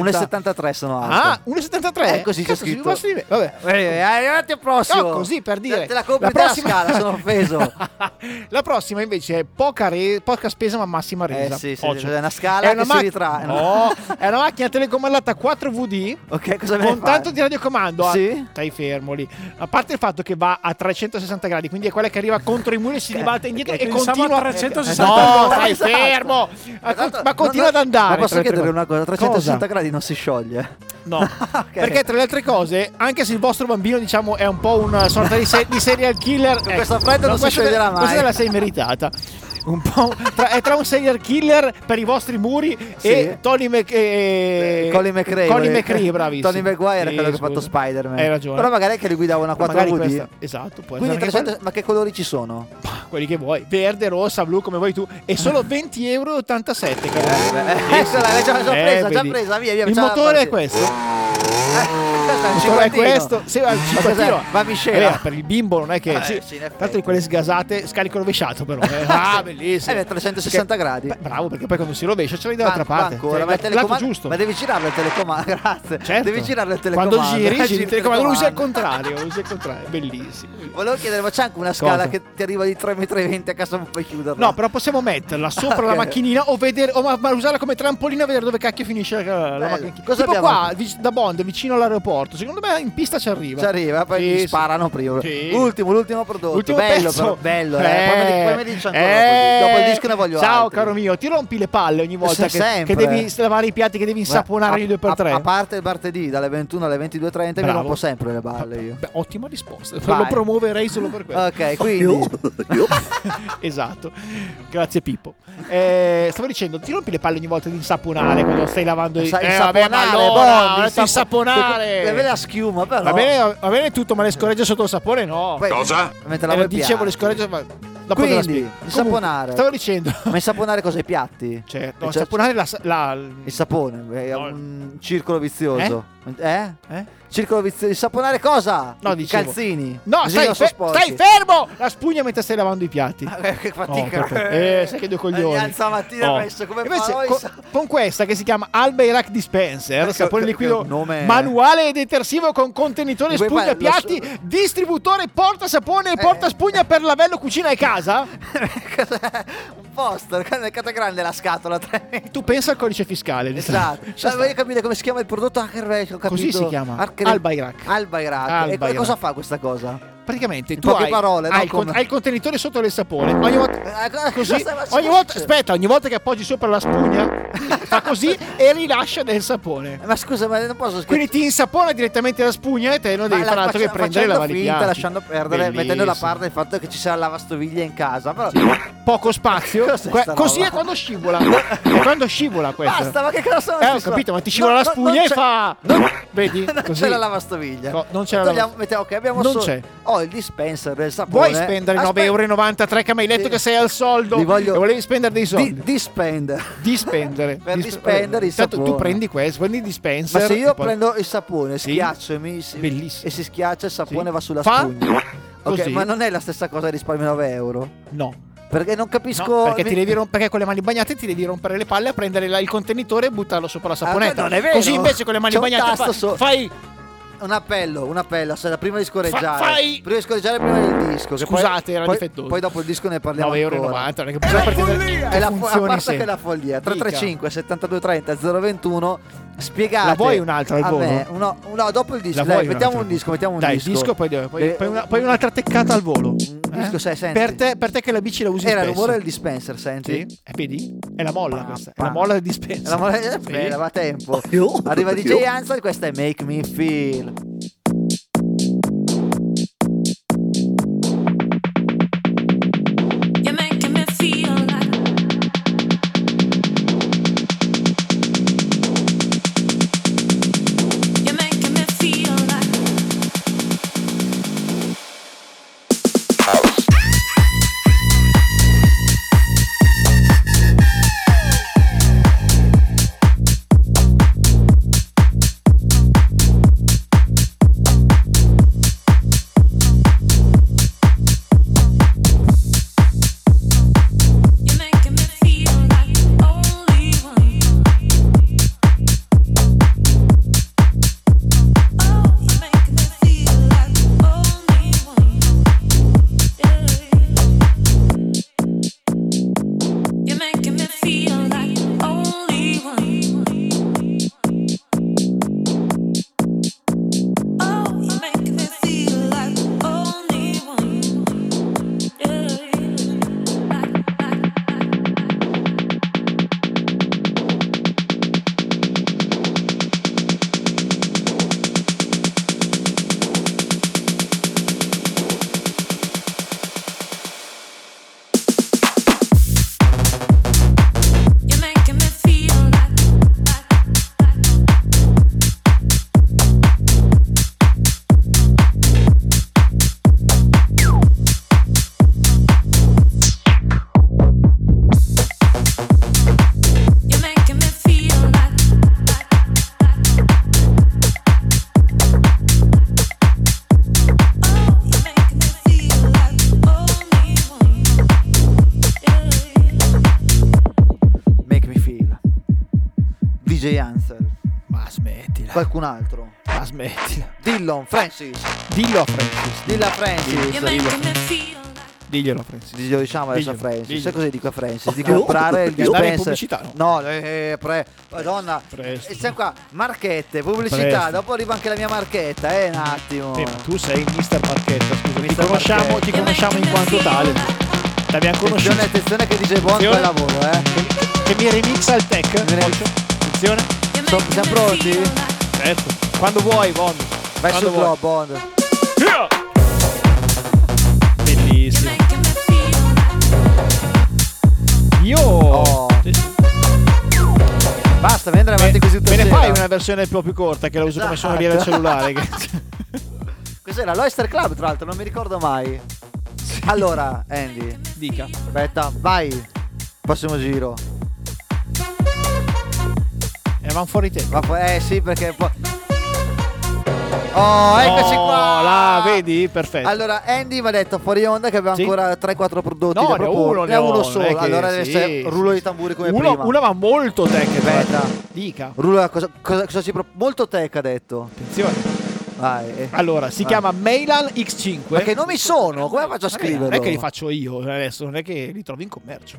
S3: 1,70.
S4: 1,73 sono alto.
S3: Ah, 1,73?
S4: Eh, così c'è
S3: Cazzo, si
S4: scritto.
S3: posso dire? Vabbè.
S4: Eh, arrivati al prossimo.
S3: No, così per dire.
S4: Te, te la compri te la scala, sono offeso.
S3: la prossima invece è poca, re- poca spesa ma massima resa.
S4: Eh, sì, sì,
S3: Occhio.
S4: sì, è una scala che si
S3: mac-
S4: ritrae, no?
S3: No, è una macchina telecomandata 4VD
S4: Ok, cosa me ne
S3: con
S4: fai?
S3: tanto di radiocomando. Ah,
S4: Sì?
S3: Stai fermo lì. A parte il fatto che va a 360 gradi, quindi è quella che arriva contro il muro e si ribalta indietro e
S2: Pensavo a
S3: continua.
S2: 360
S3: no,
S4: gradi.
S3: stai
S4: Esatto.
S3: fermo. Ma
S4: Esatto,
S3: con-
S4: no,
S3: Ma continua
S4: no,
S3: ad andare.
S4: Ma posso
S3: tra le altre
S4: chiedere
S3: cose.
S4: una cosa? 360
S3: Cosa?
S4: gradi non si scioglie.
S3: No,
S4: Ok.
S3: perché tra le altre cose, anche se il vostro bambino, diciamo, è un po' una sorta di, se- di serial killer, ecco,
S4: questa fretta non si
S3: questa te-
S4: scioglierà mai.
S3: Questa te la sei meritata. Un po' tra, è tra un serial killer per i vostri muri
S4: Sì.
S3: e Tony Mc, eh,
S4: Eh, Colin McRae.
S3: Colin
S4: volevi-
S3: McRae, bravissimo.
S4: Tony McGuire era
S3: Sì,
S4: quello che ha
S3: scusa.
S4: fatto Spider-Man.
S3: Hai ragione.
S4: Però magari è che lui guidava una 4
S3: Magari
S4: VD.
S3: questa- Esatto, può
S4: Quindi
S3: essere anche
S4: 300 ma che colori ci sono?
S3: quello- quelli che vuoi, verde, rossa, blu, come vuoi tu, e solo 20,87 euro.
S4: Eh, Eccola, l'hai già, già presa, già presa, via, via.
S3: Il
S4: facciamo la
S3: motore è
S4: partita.
S3: questo.
S4: Eh, questo è un
S3: Ancora è
S4: cinquantino.
S3: questo? Sì, è il
S4: Ma
S3: cinquantino.
S4: cos'è? Va a miscela.
S3: Eh, per il bimbo non è che.
S4: Eh,
S3: sì.
S4: sì, in effetti.
S3: Tanto di quelle sgasate, scarico rovesciato, però. eh. Ah, bellissimo.
S4: Eh, beh, 360 gradi.
S3: Beh, Bravo, perché poi quando si rovescia ce l'hai
S4: Va-
S3: dall'altra
S4: va
S3: parte.
S4: ancora,
S3: Cioè,
S4: ma, il
S3: lato
S4: telecomando-
S3: giusto.
S4: ma devi girarlo il telecomando, grazie.
S3: Certo.
S4: Devi girarlo il telecomando.
S3: Quando giri,
S4: Eh,
S3: giri il telecomando, lo usi al
S4: telecomando.
S3: contrario, lo usi al contrario, bellissimo.
S4: Volevo chiedere, ma c'è anche una scala
S3: Cosa?
S4: che ti arriva di 3,20 m a casa non puoi chiuderla?
S3: No, però possiamo metterla sopra la
S4: Ok.
S3: macchinina o, vedere, o ma, ma usarla come trampolino a vedere dove cacchio finisce eh, la, la
S4: Bello.
S3: macchinina.
S4: Cosa
S3: tipo
S4: abbiamo?
S3: qua, vic- da Bond, vicino all'aeroporto. Secondo me in pista ci arriva.
S4: Ci arriva, poi
S3: Sì,
S4: gli
S3: sì.
S4: sparano prima.
S3: Sì.
S4: Ultimo, l'ultimo prodotto.
S3: Ultimo
S4: bello,
S3: pezzo.
S4: però, bello. Eh. Poi me li- Poi mi dici ancora dopo, il- dopo il disco ne voglio
S3: Ciao,
S4: altri.
S3: caro mio, ti rompi le palle ogni volta
S4: Se-
S3: che,
S4: sempre.
S3: che devi lavare i piatti, che devi
S4: Guarda,
S3: insaponare ogni
S4: a-
S3: 2x3.
S4: A, a parte il martedì dalle 21 alle 22.30 mi
S3: Bravo.
S4: rompo sempre le balle io.
S3: Beh, ottima risposta.
S4: Vai.
S3: Lo promuoverei solo per quello.
S4: Ok, quindi
S3: esatto. Grazie Pippo. Eh, stavo dicendo, ti rompi le palle ogni volta di insaponare quando stai lavando i
S4: sai,
S3: eh,
S4: insaponare,
S3: vabbè, ma allora,
S4: Bondi,
S3: ho detto insaponare.
S4: Deve la schiuma, però.
S3: Va bene, va bene tutto, ma le scorregge sotto il sapone no.
S4: Cosa? Mentre la
S3: Oh. Eh,
S4: vuoi
S3: dicevo le
S4: piatti.
S3: scorregge ma dopo te la
S4: Quindi,
S3: spiego.
S4: il
S3: Comunque,
S4: saponare.
S3: Stavo dicendo
S4: Ma insaponare cosa? I piatti?
S3: Certo,
S4: Eh,
S3: no,
S4: cioè-
S3: saponare la, la-
S4: Il sapone, è
S3: No.
S4: un circolo vizioso. Eh?
S3: Eh?
S4: Circolo vizioso. Il saponare cosa?
S3: No,
S4: I
S3: dicevo.
S4: calzini.
S3: No,
S4: Così
S3: stai,
S4: non sono
S3: fe- stai
S4: sporchi.
S3: fermo! La spugna mentre stai lavando i piatti.
S4: Eh, Che fatica.
S3: Oh, perché- eh, sai che due coglioni.
S4: Alza mattina
S3: Oh.
S4: presto, come
S3: Invece,
S4: fa?
S3: co- con questa che si chiama Albeirak Dispenser,
S4: Che-
S3: sapone
S4: Ecco, che-
S3: liquido
S4: che nome è?
S3: manuale e detersivo con contenitore
S4: Mi puoi
S3: spugna
S4: fare lo so-
S3: piatti, distributore porta sapone e
S4: Eh.
S3: porta spugna per lavello cucina e casa.
S4: Cos'è? Un poster, che grande la scatola. tre-
S3: Tu pensa al codice fiscale. di
S4: Esatto,
S3: Sta-
S4: Cioè, voglio capire come si chiama il prodotto Hacker Race, ho capito. Ah,
S3: Così si chiama?
S4: Hacker-
S3: Albayrak.
S4: Albayrak. E- Ah, E,
S3: Albayrak.
S4: cosa fa questa cosa?
S3: Praticamente tu
S4: poche
S3: hai,
S4: parole, no?
S3: hai il
S4: Come-
S3: con- hai il contenitore sotto il sapone. Ogni volta,
S4: Eh, cosa-
S3: così,
S4: cosa stai-
S3: ogni
S4: cosa
S3: volta-
S4: succede?
S3: aspetta, ogni volta che appoggi sopra la spugna, fa così e rilascia del sapone.
S4: Eh, Ma scusa, ma non posso scherzare.
S3: Quindi ti insapona direttamente la spugna e te non devi
S4: Ma
S3: fare
S4: la
S3: altro che
S4: faccia-
S3: prendere la
S4: facendo finta,
S3: variegata.
S4: lasciando perdere, mettendo da parte il fatto che ci sarà la lavastoviglie in casa. Però
S3: Poco spazio.
S4: Cos'è
S3: Que-
S4: sta
S3: così
S4: roba?
S3: è quando scivola. è quando scivola questo.
S4: basta, ma che cosa sono?
S3: Eh, ho
S4: ci sono?
S3: capito, ma ti scivola
S4: No,
S3: la
S4: no,
S3: spugna
S4: non
S3: e
S4: c'è-
S3: fa. Vedi?
S4: Non
S3: Così.
S4: c'è la lavastoviglie.
S3: No, non c'è la
S4: Togliamo-
S3: lavastoviglie.
S4: mettiamo- ok, abbiamo
S3: Non
S4: solo-
S3: c'è.
S4: Ho il dispenser del sapone.
S3: Vuoi spendere
S4: Aspetta-
S3: 9,93 euro che mi hai detto
S4: Sì.
S3: che sei al soldo
S4: Li voglio-
S3: e volevi spendere dei soldi?
S4: Di, dispender.
S3: di spendere
S4: Per
S3: Di
S4: dispendere il
S3: Intanto tu
S4: sapone.
S3: prendi questo prendi il dispenser
S4: Ma se io
S3: e poi-
S4: prendo il sapone,
S3: Sì.
S4: schiaccio e mi si,
S3: Bellissimo.
S4: e si schiaccia il sapone
S3: Sì.
S4: va sulla
S3: Fa
S4: spugna. Ok,
S3: così.
S4: ma non è la stessa cosa risparmio 9 euro.
S3: no
S4: Perché non
S3: No,
S4: capisco.
S3: perché, ti
S4: mi-
S3: devi rom- perché con le mani bagnate ti devi rompere le palle a prendere la- il contenitore e buttarlo sopra la
S4: Ah,
S3: saponetta.
S4: non è vero.
S3: Così invece con le mani
S4: C'è un
S3: bagnate
S4: tasto
S3: fa-
S4: so-
S3: fai.
S4: Un appello, un appello, se la prima di scorreggiare.
S3: Fa- fai-
S4: Prima di scorreggiare prima del disco. che poi-
S3: Scusate, era
S4: poi,
S3: difettoso.
S4: Poi dopo il disco ne parliamo.
S3: 9,90 euro.
S4: ancora.
S3: Non è che possiamo perché
S4: È la, fo- a
S3: funzioni
S4: parte che
S3: sempre.
S4: è la follia.
S3: Mica.
S4: 335 72 30 021 Spiegate
S3: La vuoi un'altra al
S4: a
S3: volo?
S4: me- uno- no, dopo il disco.
S3: La
S4: dai,
S3: vuoi
S4: mettiamo
S3: un'altra?
S4: un disco, mettiamo un
S3: Dai,
S4: disco.
S3: disco poi, poi,
S4: Eh,
S3: poi una- poi un'altra teccata al volo. Eh?
S4: Disco, sai, senti.
S3: Per, te, per te che la bici la usi
S4: Era il
S3: spesso.
S4: rumore del dispenser, senti?
S3: Sì, e vedi? È la molla questa, è
S4: pa.
S3: la molla del dispenser.
S4: Era more- eh,
S3: Sì.
S4: beh, Era tempo. Arriva DJ Ansel, questa è Make Me Feel.
S5: You're making me feel like You're making me feel like You're making me feel like only one. Oh, you're making me feel like only one. You're making me feel like only one. Oh, you're making me feel like only one. You're making me feel like, like, like. You're making me feel like, like, like. Oh, you're making me feel like only one. Yeah.
S4: Make Me Feel. DJ Ansel.
S3: Ma smettila,
S4: Qualcun altro.
S3: ma smettila. Eh,
S4: Dillon, Francis.
S3: Ah, Dillo a Francis.
S4: Dillo a Francis.
S5: You're making me feel like
S3: Diglielo a Francis.
S4: Glielo diciamo adesso a
S3: Diglielo,
S4: Francis.
S3: diglielo.
S4: Sai cosa dico a Francis? Di
S3: No.
S4: comprare il
S3: Di andare in
S4: dispenser.
S3: pubblicità,
S4: No, eh, pre- Madonna.
S3: Presto.
S4: Eh, Siamo qua. Marchette, pubblicità.
S3: Presto.
S4: Dopo arriva anche la mia marchetta, eh, un attimo.
S3: Sì, ma tu sei Mister Marchetta, scusa, ti
S4: Mister
S3: conosciamo,
S4: Marchetta.
S3: ti conosciamo in quanto tale. Ti abbiamo
S4: Attenzione,
S3: conosciuto.
S4: attenzione che dice buon
S3: Attenzione.
S4: bel lavoro, eh.
S3: Che mi remixa il tech. Volcio. Attenzione.
S5: You're
S4: So-
S5: making
S4: siamo
S5: me
S4: pronti?
S5: feel like
S3: Certo. Quando vuoi, Bond.
S4: Vai
S3: Quando
S4: sul
S3: vuoi.
S4: club, Bond.
S5: You're
S3: Bellissimo.
S5: making me feel like
S3: Io.
S4: Oh. Basta, vieni andare avanti così tutta
S3: Me ne
S4: sera.
S3: fai una versione un po' più corta che la uso come
S4: Esatto.
S3: suoneria del cellulare. che-
S4: Cos'era? L'Oyster Club, tra l'altro, non mi ricordo mai. Allora, Andy,
S3: Dica.
S4: aspetta, vai. Prossimo giro.
S3: Eravamo Eh, fuori tempo.
S4: Ma poi, eh sì, perché poi... Oh, eccoci
S3: Oh,
S4: qua!
S3: là, vedi? Perfetto.
S4: Allora, Andy mi ha detto fuori onda che aveva
S3: Sì.
S4: ancora 3-4 prodotti
S3: No,
S4: da
S3: ne ho
S4: proporre.
S3: uno,
S4: Ne
S3: ne
S4: ha
S3: ho,
S4: uno
S3: non è
S4: solo.
S3: che-
S4: allora deve
S3: sì,
S4: essere
S3: sì,
S4: rullo
S3: sì.
S4: di tamburi come
S3: uno,
S4: prima.
S3: una va molto tech. eh. tra
S4: Aspetta.
S3: l'altro. Dica.
S4: Rullo da cosa, cosa, cosa si pro- Molto tech ha detto.
S3: Attenzione.
S4: Vai. eh.
S3: Allora, si
S4: Ah.
S3: chiama Mailan X5.
S4: Ma che nomi sono? Come faccio a scriverlo?
S3: Non è che li faccio io adesso, non è che li trovi in commercio.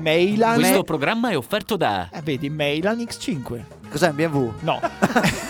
S3: Mailan.
S1: Questo programma è offerto da
S3: Eh, vedi, Mailan X5.
S4: Cos'è un BMW?
S3: No,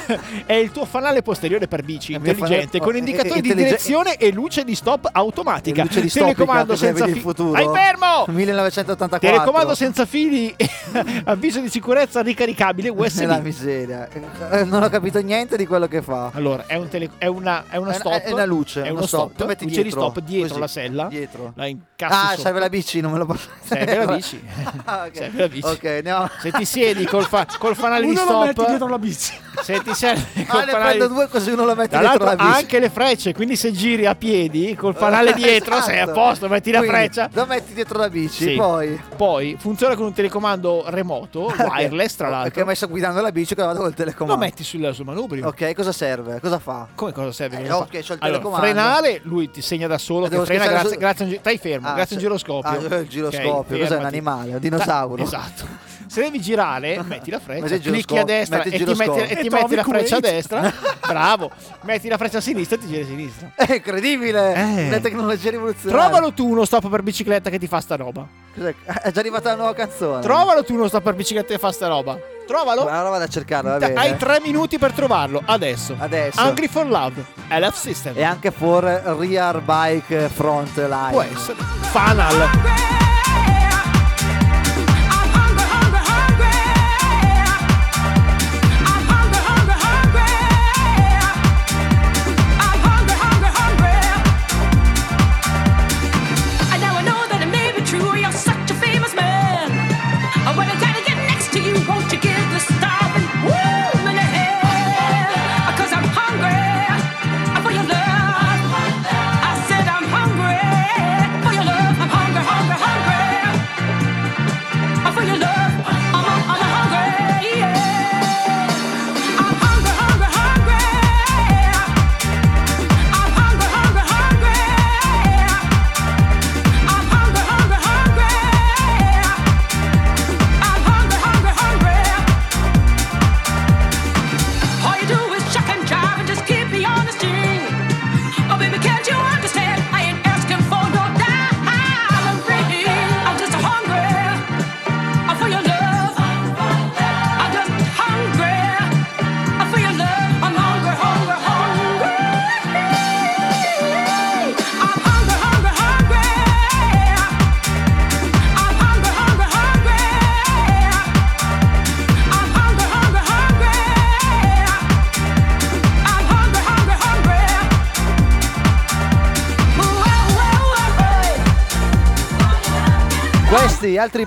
S3: è il tuo fanale posteriore per bici
S4: Il mio
S3: intelligente
S4: fanale-
S3: con
S4: eh,
S3: indicatori di
S4: intelligen-
S3: direzione e luce di stop automatica.
S4: Luce di
S3: telecomando senza
S4: vedi il
S3: fi-
S4: futuro.
S3: Vai fermo!
S4: 1984.
S3: Telecomando senza fili, avviso di sicurezza ricaricabile
S4: Eh, la
S3: USB.
S4: miseria. Eh, Non ho capito niente di quello che fa.
S3: Allora, è, un tele- è una, è una
S4: È una-
S3: stop.
S4: è una luce,
S3: È
S4: uno
S3: uno
S4: stop.
S3: stop.
S4: Tu metti
S3: luce
S4: dietro,
S3: di stop dietro
S4: così,
S3: la sella.
S4: dietro.
S3: La incassi
S4: Ah,
S3: sotto.
S4: serve la bici, non me lo posso.
S3: Serve la bici.
S4: Ah, ok.
S3: Serve la bici.
S4: Ok, andiamo.
S3: Se ti siedi col, fa- col fanale di
S6: Uno
S3: stop.
S6: lo metti dietro la bici.
S3: Se ti serve col
S4: Ah, ne
S3: fanale
S4: prendo due così uno lo mette
S3: Tra
S4: dietro
S3: l'altro ha
S4: la bici.
S3: anche le frecce, quindi se giri a piedi col fanale dietro
S4: Esatto.
S3: sei a posto, metti la
S4: Quindi,
S3: freccia.
S4: Lo metti dietro la bici,
S3: Sì.
S4: poi.
S3: Poi funziona con un telecomando remoto, wireless tra
S4: Perché
S3: l'altro.
S4: mai sto guidando la bici che vado col
S3: Lo
S4: telecomando.
S3: metti sul, sul manubrio.
S4: Ok, cosa serve? Cosa fa?
S3: Come cosa serve?
S4: Eh,
S3: che
S4: no,
S3: fa?
S4: perché c'ho il
S3: Allora,
S4: telecomando.
S3: frenare, lui ti segna da solo
S4: Ma devo
S3: che frena grazie,
S4: schiacciare su-
S3: grazie a un gi- Stai fermo,
S4: Ah,
S3: grazie a un
S4: c'è-
S3: giroscopio.
S4: ah, il giroscopio,
S3: Ok,
S4: cos'è, un
S3: fermati.
S4: animale, un dinosauro?
S3: esatto. Se devi girare, metti la freccia,
S4: Metti il
S3: clicchi
S4: giroscopio,
S3: a destra
S4: metti il
S3: e ti metti,
S4: giroscopio.
S3: e ti
S10: E
S3: metti
S10: trovi
S3: la freccia a
S10: Kuwait.
S3: destra. Bravo. Metti la freccia a sinistra e ti giri a sinistra.
S4: È incredibile.
S3: Eh.
S4: La tecnologia rivoluzionaria.
S3: Trovalo tu uno stop per bicicletta che ti fa sta roba.
S4: Cos'è? È già arrivata la nuova canzone.
S3: Trovalo tu uno stop per bicicletta che ti fa sta roba. Trovalo.
S4: Ma Allora vado a cercarla, va
S3: Te-
S4: bene.
S3: Hai tre minuti per trovarlo. Adesso.
S4: Adesso.
S3: Angry for Love. LF System.
S4: E anche for Rear Bike Front Line.
S3: Può essere. Fanal.
S2: Oh,
S4: Questi e altri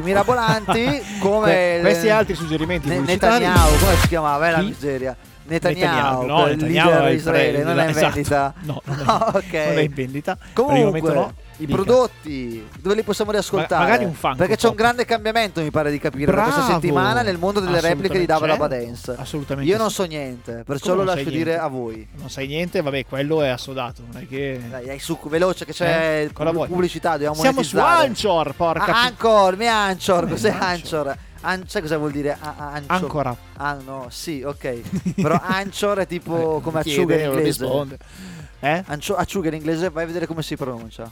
S4: mirabolanti come
S3: Que- questi
S4: eh,
S3: altri suggerimenti
S4: Ne-
S3: pubblicitari.
S4: Netanyahu, come si chiamava? Eh, la
S3: Chi?
S4: miseria.
S3: Netanyahu,
S4: Netanyahu,
S3: no,
S4: quel
S3: Netanyahu
S4: leader
S3: è il
S4: israele,
S3: pre-
S4: non è in
S3: esatto.
S4: vendita.
S3: No, non è-
S4: ok.
S3: non è in vendita. Per il
S4: Comunque,
S3: momento no.
S4: i
S3: Dica.
S4: prodotti dove li possiamo riascoltare?
S3: Ma- magari un fan
S4: Perché c'è
S3: pop.
S4: un grande cambiamento, mi pare di capire, da questa
S3: Bravo.
S4: settimana nel mondo delle repliche di Dava Dava
S3: Assolutamente,
S4: Dance.
S3: certo, assolutamente
S4: Io non
S3: sì.
S4: so niente, eh. perciò
S3: Come
S4: lo
S3: non
S4: lascio
S3: sai
S4: dire
S3: niente?
S4: a voi.
S3: Non sai niente, vabbè, quello è assodato. Non è che.
S4: Dai, dai, su, veloce che c'è
S3: Eh?
S4: il
S3: Cosa
S4: pub-
S3: vuoi?
S4: pubblicità, dobbiamo
S3: Siamo su
S4: monetizzare.
S3: Anchor, porca
S4: Ah,
S3: pi-
S4: Anchor, mi Anchor, cos'è
S3: Anchor?
S4: Anchor? An- sai cosa vuol dire? A- a- Anchor.
S3: Ancora.
S4: Ah no, sì, ok. Però Anchor è tipo
S3: Eh,
S4: come
S3: chiede,
S4: acciuga in
S3: non
S4: inglese.
S3: risponde. Eh?
S4: Ancio- acciuga in inglese, vai a vedere come si pronuncia.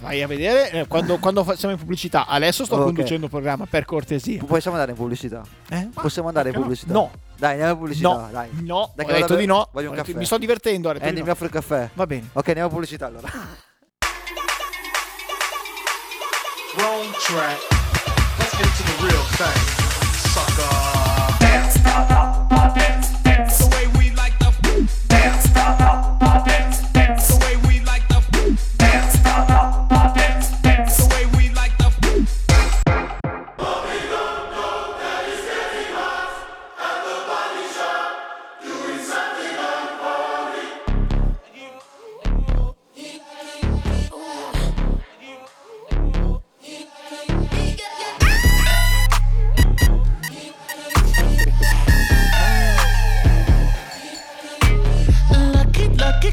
S3: Vai a vedere eh, quando, quando fa- siamo in pubblicità. Adesso sto
S4: Ok.
S3: conducendo il programma, per cortesia.
S4: Possiamo andare in pubblicità?
S3: Eh?
S4: Possiamo andare in
S3: perché
S4: pubblicità?
S3: No,
S4: Dai, andiamo in pubblicità,
S3: no,
S4: dai.
S3: no,
S4: Dai,
S3: ho
S4: che vado
S3: detto
S4: a-
S3: di no.
S4: Voglio
S3: ho detto-
S4: un caffè. Eh,
S3: Mi sto divertendo, ho detto
S4: Andy
S3: di
S4: mi
S3: no.
S4: offre il caffè.
S3: Va bene.
S4: Ok, andiamo in pubblicità allora.
S2: Wrong track. Let's get to the real thing, sucker.
S6: lucky, lucky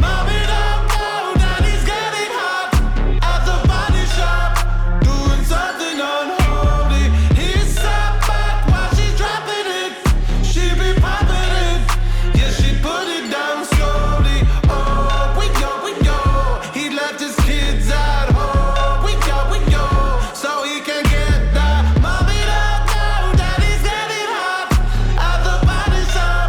S6: Mom it up, now daddy's getting hot at the body shop, doing something unholy. He's sat back while she's dropping it. She be popping it, yeah she put it down slowly. Oh, we go, we go. He left his kids at home. We go, we go, so he can get that. Mom it up, now daddy's getting hot at the body shop,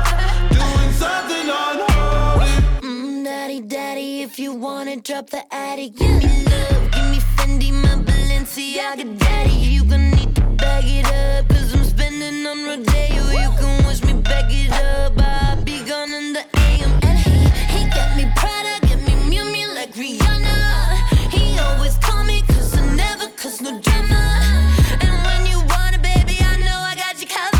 S6: doing something unholy.
S11: Mm, daddy, daddy, if you wanna drop the attic, give me love, give me Fendi, my Balenciaga daddy. You gon' need to bag it up, cause I'm spending on Rodeo. You can wish me back it up, I'll be gone in the AM. And he, he got me Prada, get me Mew Mew like Rihanna. He always call me, cause I never cause no drama. And when you want it, baby, I know I got you covered.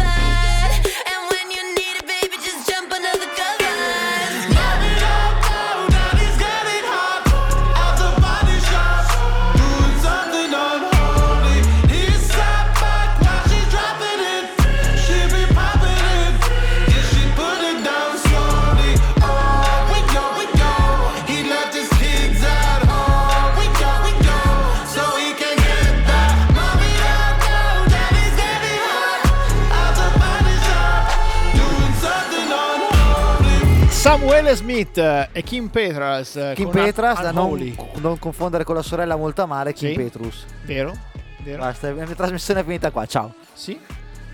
S6: Oh,
S3: Samuele Smith eh, e Kim Petras. eh,
S4: Kim
S3: con An-
S4: Petras, da non,
S3: Unholy.
S4: non confondere con la sorella molto amare, Kim
S3: Sì.
S4: Petrus.
S3: Vero? Vero?
S4: Basta, la mia trasmissione è finita qua, ciao.
S3: Sì.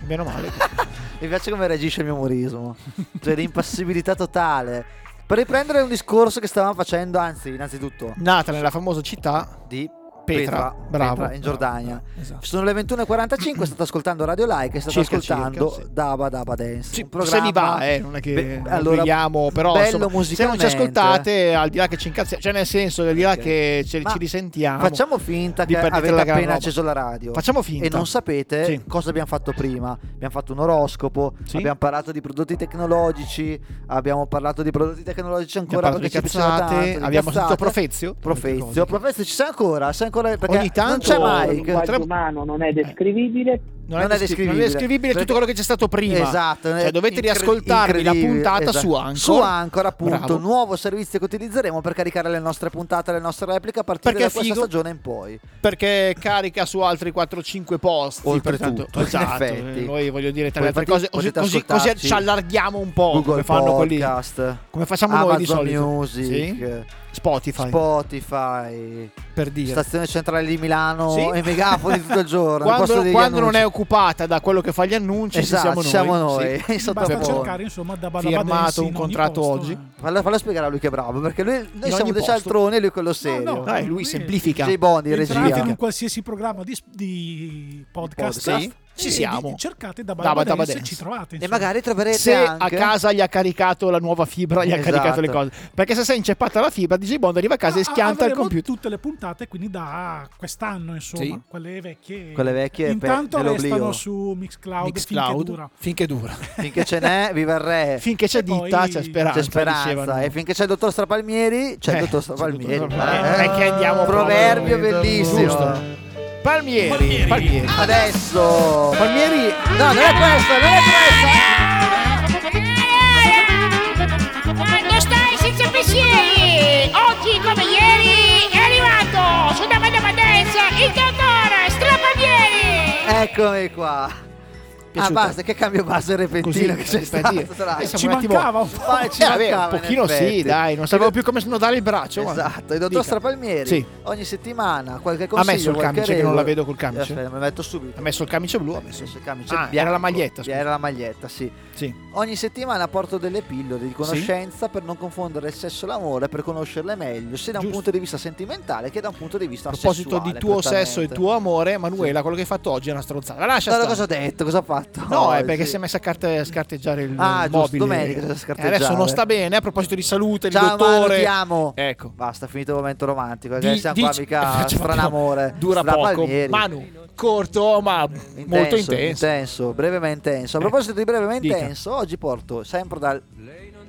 S3: Meno male.
S4: Mi piace come reagisce il mio umorismo, cioè l'impassibilità totale. Per riprendere un discorso che stavamo facendo, anzi, innanzitutto,
S3: Nata nella famosa città.
S4: di
S3: Petra, bravo.
S4: Petra in Giordania.
S3: Esatto.
S4: Sono le 21.45, state ascoltando Radio Like e state
S3: Circa,
S4: ascoltando
S3: circa, sì.
S4: Daba Daba Dance.
S3: Sì,
S4: un programma
S3: se vi va, eh, non è che
S4: Beh,
S3: lo
S4: allora,
S3: brighiamo, però
S4: bello
S3: insomma, se non ci
S4: musicalmente. eh.
S3: ascoltate, al di là che ci incazziamo, cioè nel senso, al di là che ce-
S4: Ma
S3: ci risentiamo.
S4: Facciamo finta
S3: di
S4: che
S3: perdere
S4: avete
S3: la gran
S4: appena
S3: roba.
S4: acceso la radio.
S3: Facciamo finta.
S4: E non sapete
S3: Sì.
S4: cosa abbiamo fatto prima. Abbiamo fatto un oroscopo,
S3: Sì.
S4: abbiamo parlato di prodotti tecnologici, abbiamo parlato di prodotti tecnologici
S3: Abbiamo
S4: ancora
S3: parlato di
S4: perché ci
S3: cazzate,
S4: piacciono tanto, di
S3: abbiamo sentito
S4: cazzate.
S3: Profezio.
S4: Profezio, Profezio ci sei ancora, c'è ancora perché
S3: Ogni tanto-
S4: non c'è mai
S3: Mike.
S8: Il linguaggio
S3: Tra-
S8: umano non è descrivibile,
S3: non,
S4: non
S3: è descrivibile, non è
S4: è descrivibile.
S3: descrivibile tutto
S4: Perché-
S3: quello che c'è stato prima.
S4: Esatto,
S3: Cioè,
S4: è
S3: dovete
S4: incre-
S3: riascoltarvi la
S4: incredibile,
S3: puntata
S4: esatto.
S3: su Anchor.
S4: Su Anchor, appunto,
S3: Bravo.
S4: nuovo servizio che utilizzeremo per caricare le nostre puntate, le nostre repliche a partire
S3: Perché è
S4: da questa
S3: figo.
S4: stagione in poi.
S3: perché carica su altri 4-5 posti.
S4: Oltretutto,
S3: pertanto-
S4: in
S3: esatto,
S4: effetti.
S3: eh, noi voglio dire tra
S4: Poi
S3: le altre cose,
S4: infatti
S3: così,
S4: potete
S3: così- così
S4: ascoltarci.
S3: ci allarghiamo un po'
S4: Google
S3: come fanno
S4: Podcast,
S3: quelli. Come facciamo noi di
S4: Amazon
S3: solito?
S4: Music,
S3: Sì? Spotify,
S4: Spotify,
S3: per dire.
S4: stazione centrale di Milano
S3: Sì.
S4: e megafoni tutto il giorno. al posto
S3: Quando,
S4: degli
S3: quando non
S4: annunci.
S3: è occupata da quello che fa gli annunci, ci
S4: Esatto, ci siamo
S3: siamo noi.
S4: noi.
S3: Sì.
S4: Sotto
S6: Basta
S4: Dopo-
S6: cercare, insomma, da Badabadance
S3: Firmato un
S6: in ogni
S3: contratto
S6: posto,
S3: oggi.
S6: eh.
S4: Fallo, fallo spiegare a lui che è bravo, perché lui, noi
S3: In
S4: siamo
S3: ogni
S4: dei
S3: posto.
S4: cialtroni e lui è quello serio.
S6: no,
S3: Dai, lui
S6: Sì.
S3: semplifica.
S4: J. Bondi,
S6: Entrate
S4: regia.
S6: in un qualsiasi programma di, di podcast,
S4: Podcast, sì.
S6: e
S3: Ci siamo.
S6: di- cercate da
S3: Da
S6: Badabadance,
S3: Badabadance.
S6: e ci trovate.
S4: E
S6: insomma.
S4: magari troverete
S3: Se a
S4: anche...
S3: casa gli ha caricato la nuova fibra, gli ha
S4: Esatto.
S3: caricato le cose. Perché se sei inceppata la fibra, DJ Bond arriva a casa e
S6: Ah,
S3: schianta il
S6: avremo
S3: computer.
S6: tutte le puntate, quindi da quest'anno, insomma,
S3: Sì.
S6: quelle vecchie.
S4: Quelle vecchie, beh,
S6: Intanto
S4: nell'oblio.
S6: restano su Mixcloud, finché
S3: Mixcloud,
S6: dura.
S3: finché dura.
S4: Finché ce n'è, viva il re.
S3: Finché c'è
S6: E poi-
S3: ditta, c'è speranza.
S4: c'è speranza
S3: dicevano.
S4: e finché c'è il dottor Strapalmieri c'è
S3: Eh,
S4: il dottor
S3: c'è il
S4: Strapalmieri
S3: dottor Strapalmieri.
S4: Eh,
S3: Non è che andiamo
S4: proverbio
S3: proprio-
S4: bellissimo
S3: Giusto. Palmieri. Palmieri.
S4: adesso
S3: Palmieri.
S4: no non è questo non è questo
S5: Quando stai senza pensieri, oggi come ieri è arrivato su Dama Dama Dance il dottore Strapanieri.
S3: Eh.
S4: eccomi qua ah
S3: Piaciuta.
S4: basta che cambio base repentino che c'è stato tra l'altro.
S6: Ci mancava un po'.
S4: Vai, ci
S3: Eh, vabbè, un
S4: mancava, in
S3: pochino sì,
S4: effetti.
S3: dai, non sapevo più come snodare il braccio. guarda.
S4: Esatto, il dottor
S3: Dica.
S4: Strapalmieri
S3: Sì.
S4: ogni settimana qualche
S3: Ha
S4: consiglio
S3: messo il
S4: qualche
S3: camice che non la
S4: regola.
S3: vedo col camice.
S4: Aspetta, me lo metto subito.
S3: Ha messo il camice blu, ha messo.
S4: Adesso il camice
S3: Ah,
S4: bianco.
S3: era la maglietta, scusa.
S4: Era la maglietta, sì.
S3: Sì.
S4: Ogni settimana porto delle pillole di conoscenza per non confondere il sesso e l'amore, per conoscerle meglio, sia da un
S3: Giusto.
S4: punto di vista sentimentale che da un punto di vista
S3: A proposito di
S4: sessuale,
S3: tuo
S4: prettamente.
S3: sesso e tuo amore, Manuela, quello che hai fatto oggi è una stronzata. La lascia
S4: No, no,
S3: stare.
S4: cosa ho detto? Cosa ho fatto?
S3: No, è
S4: oggi?
S3: perché si è messa a carte- scarteggiare il
S4: Ah,
S3: il
S4: giusto,
S3: mobile.
S4: domenica si è
S3: E
S4: scarteggiare.
S3: adesso non sta bene. A proposito di salute, il
S4: Ciao, Manu,
S3: dottore.
S4: ti amo.
S3: Ecco.
S4: Basta, finito il momento romantico, che
S3: Di-
S4: siamo qua
S3: dici-
S4: mica
S3: Cioè,
S4: stranamore.
S3: Dura
S4: Stra
S3: poco.
S4: Palmieri.
S3: Manu, corto ma molto intenso. Eh,
S4: intenso, breve ma intenso. A proposito di breve ma
S3: dica.
S4: intenso, oggi porto sempre dal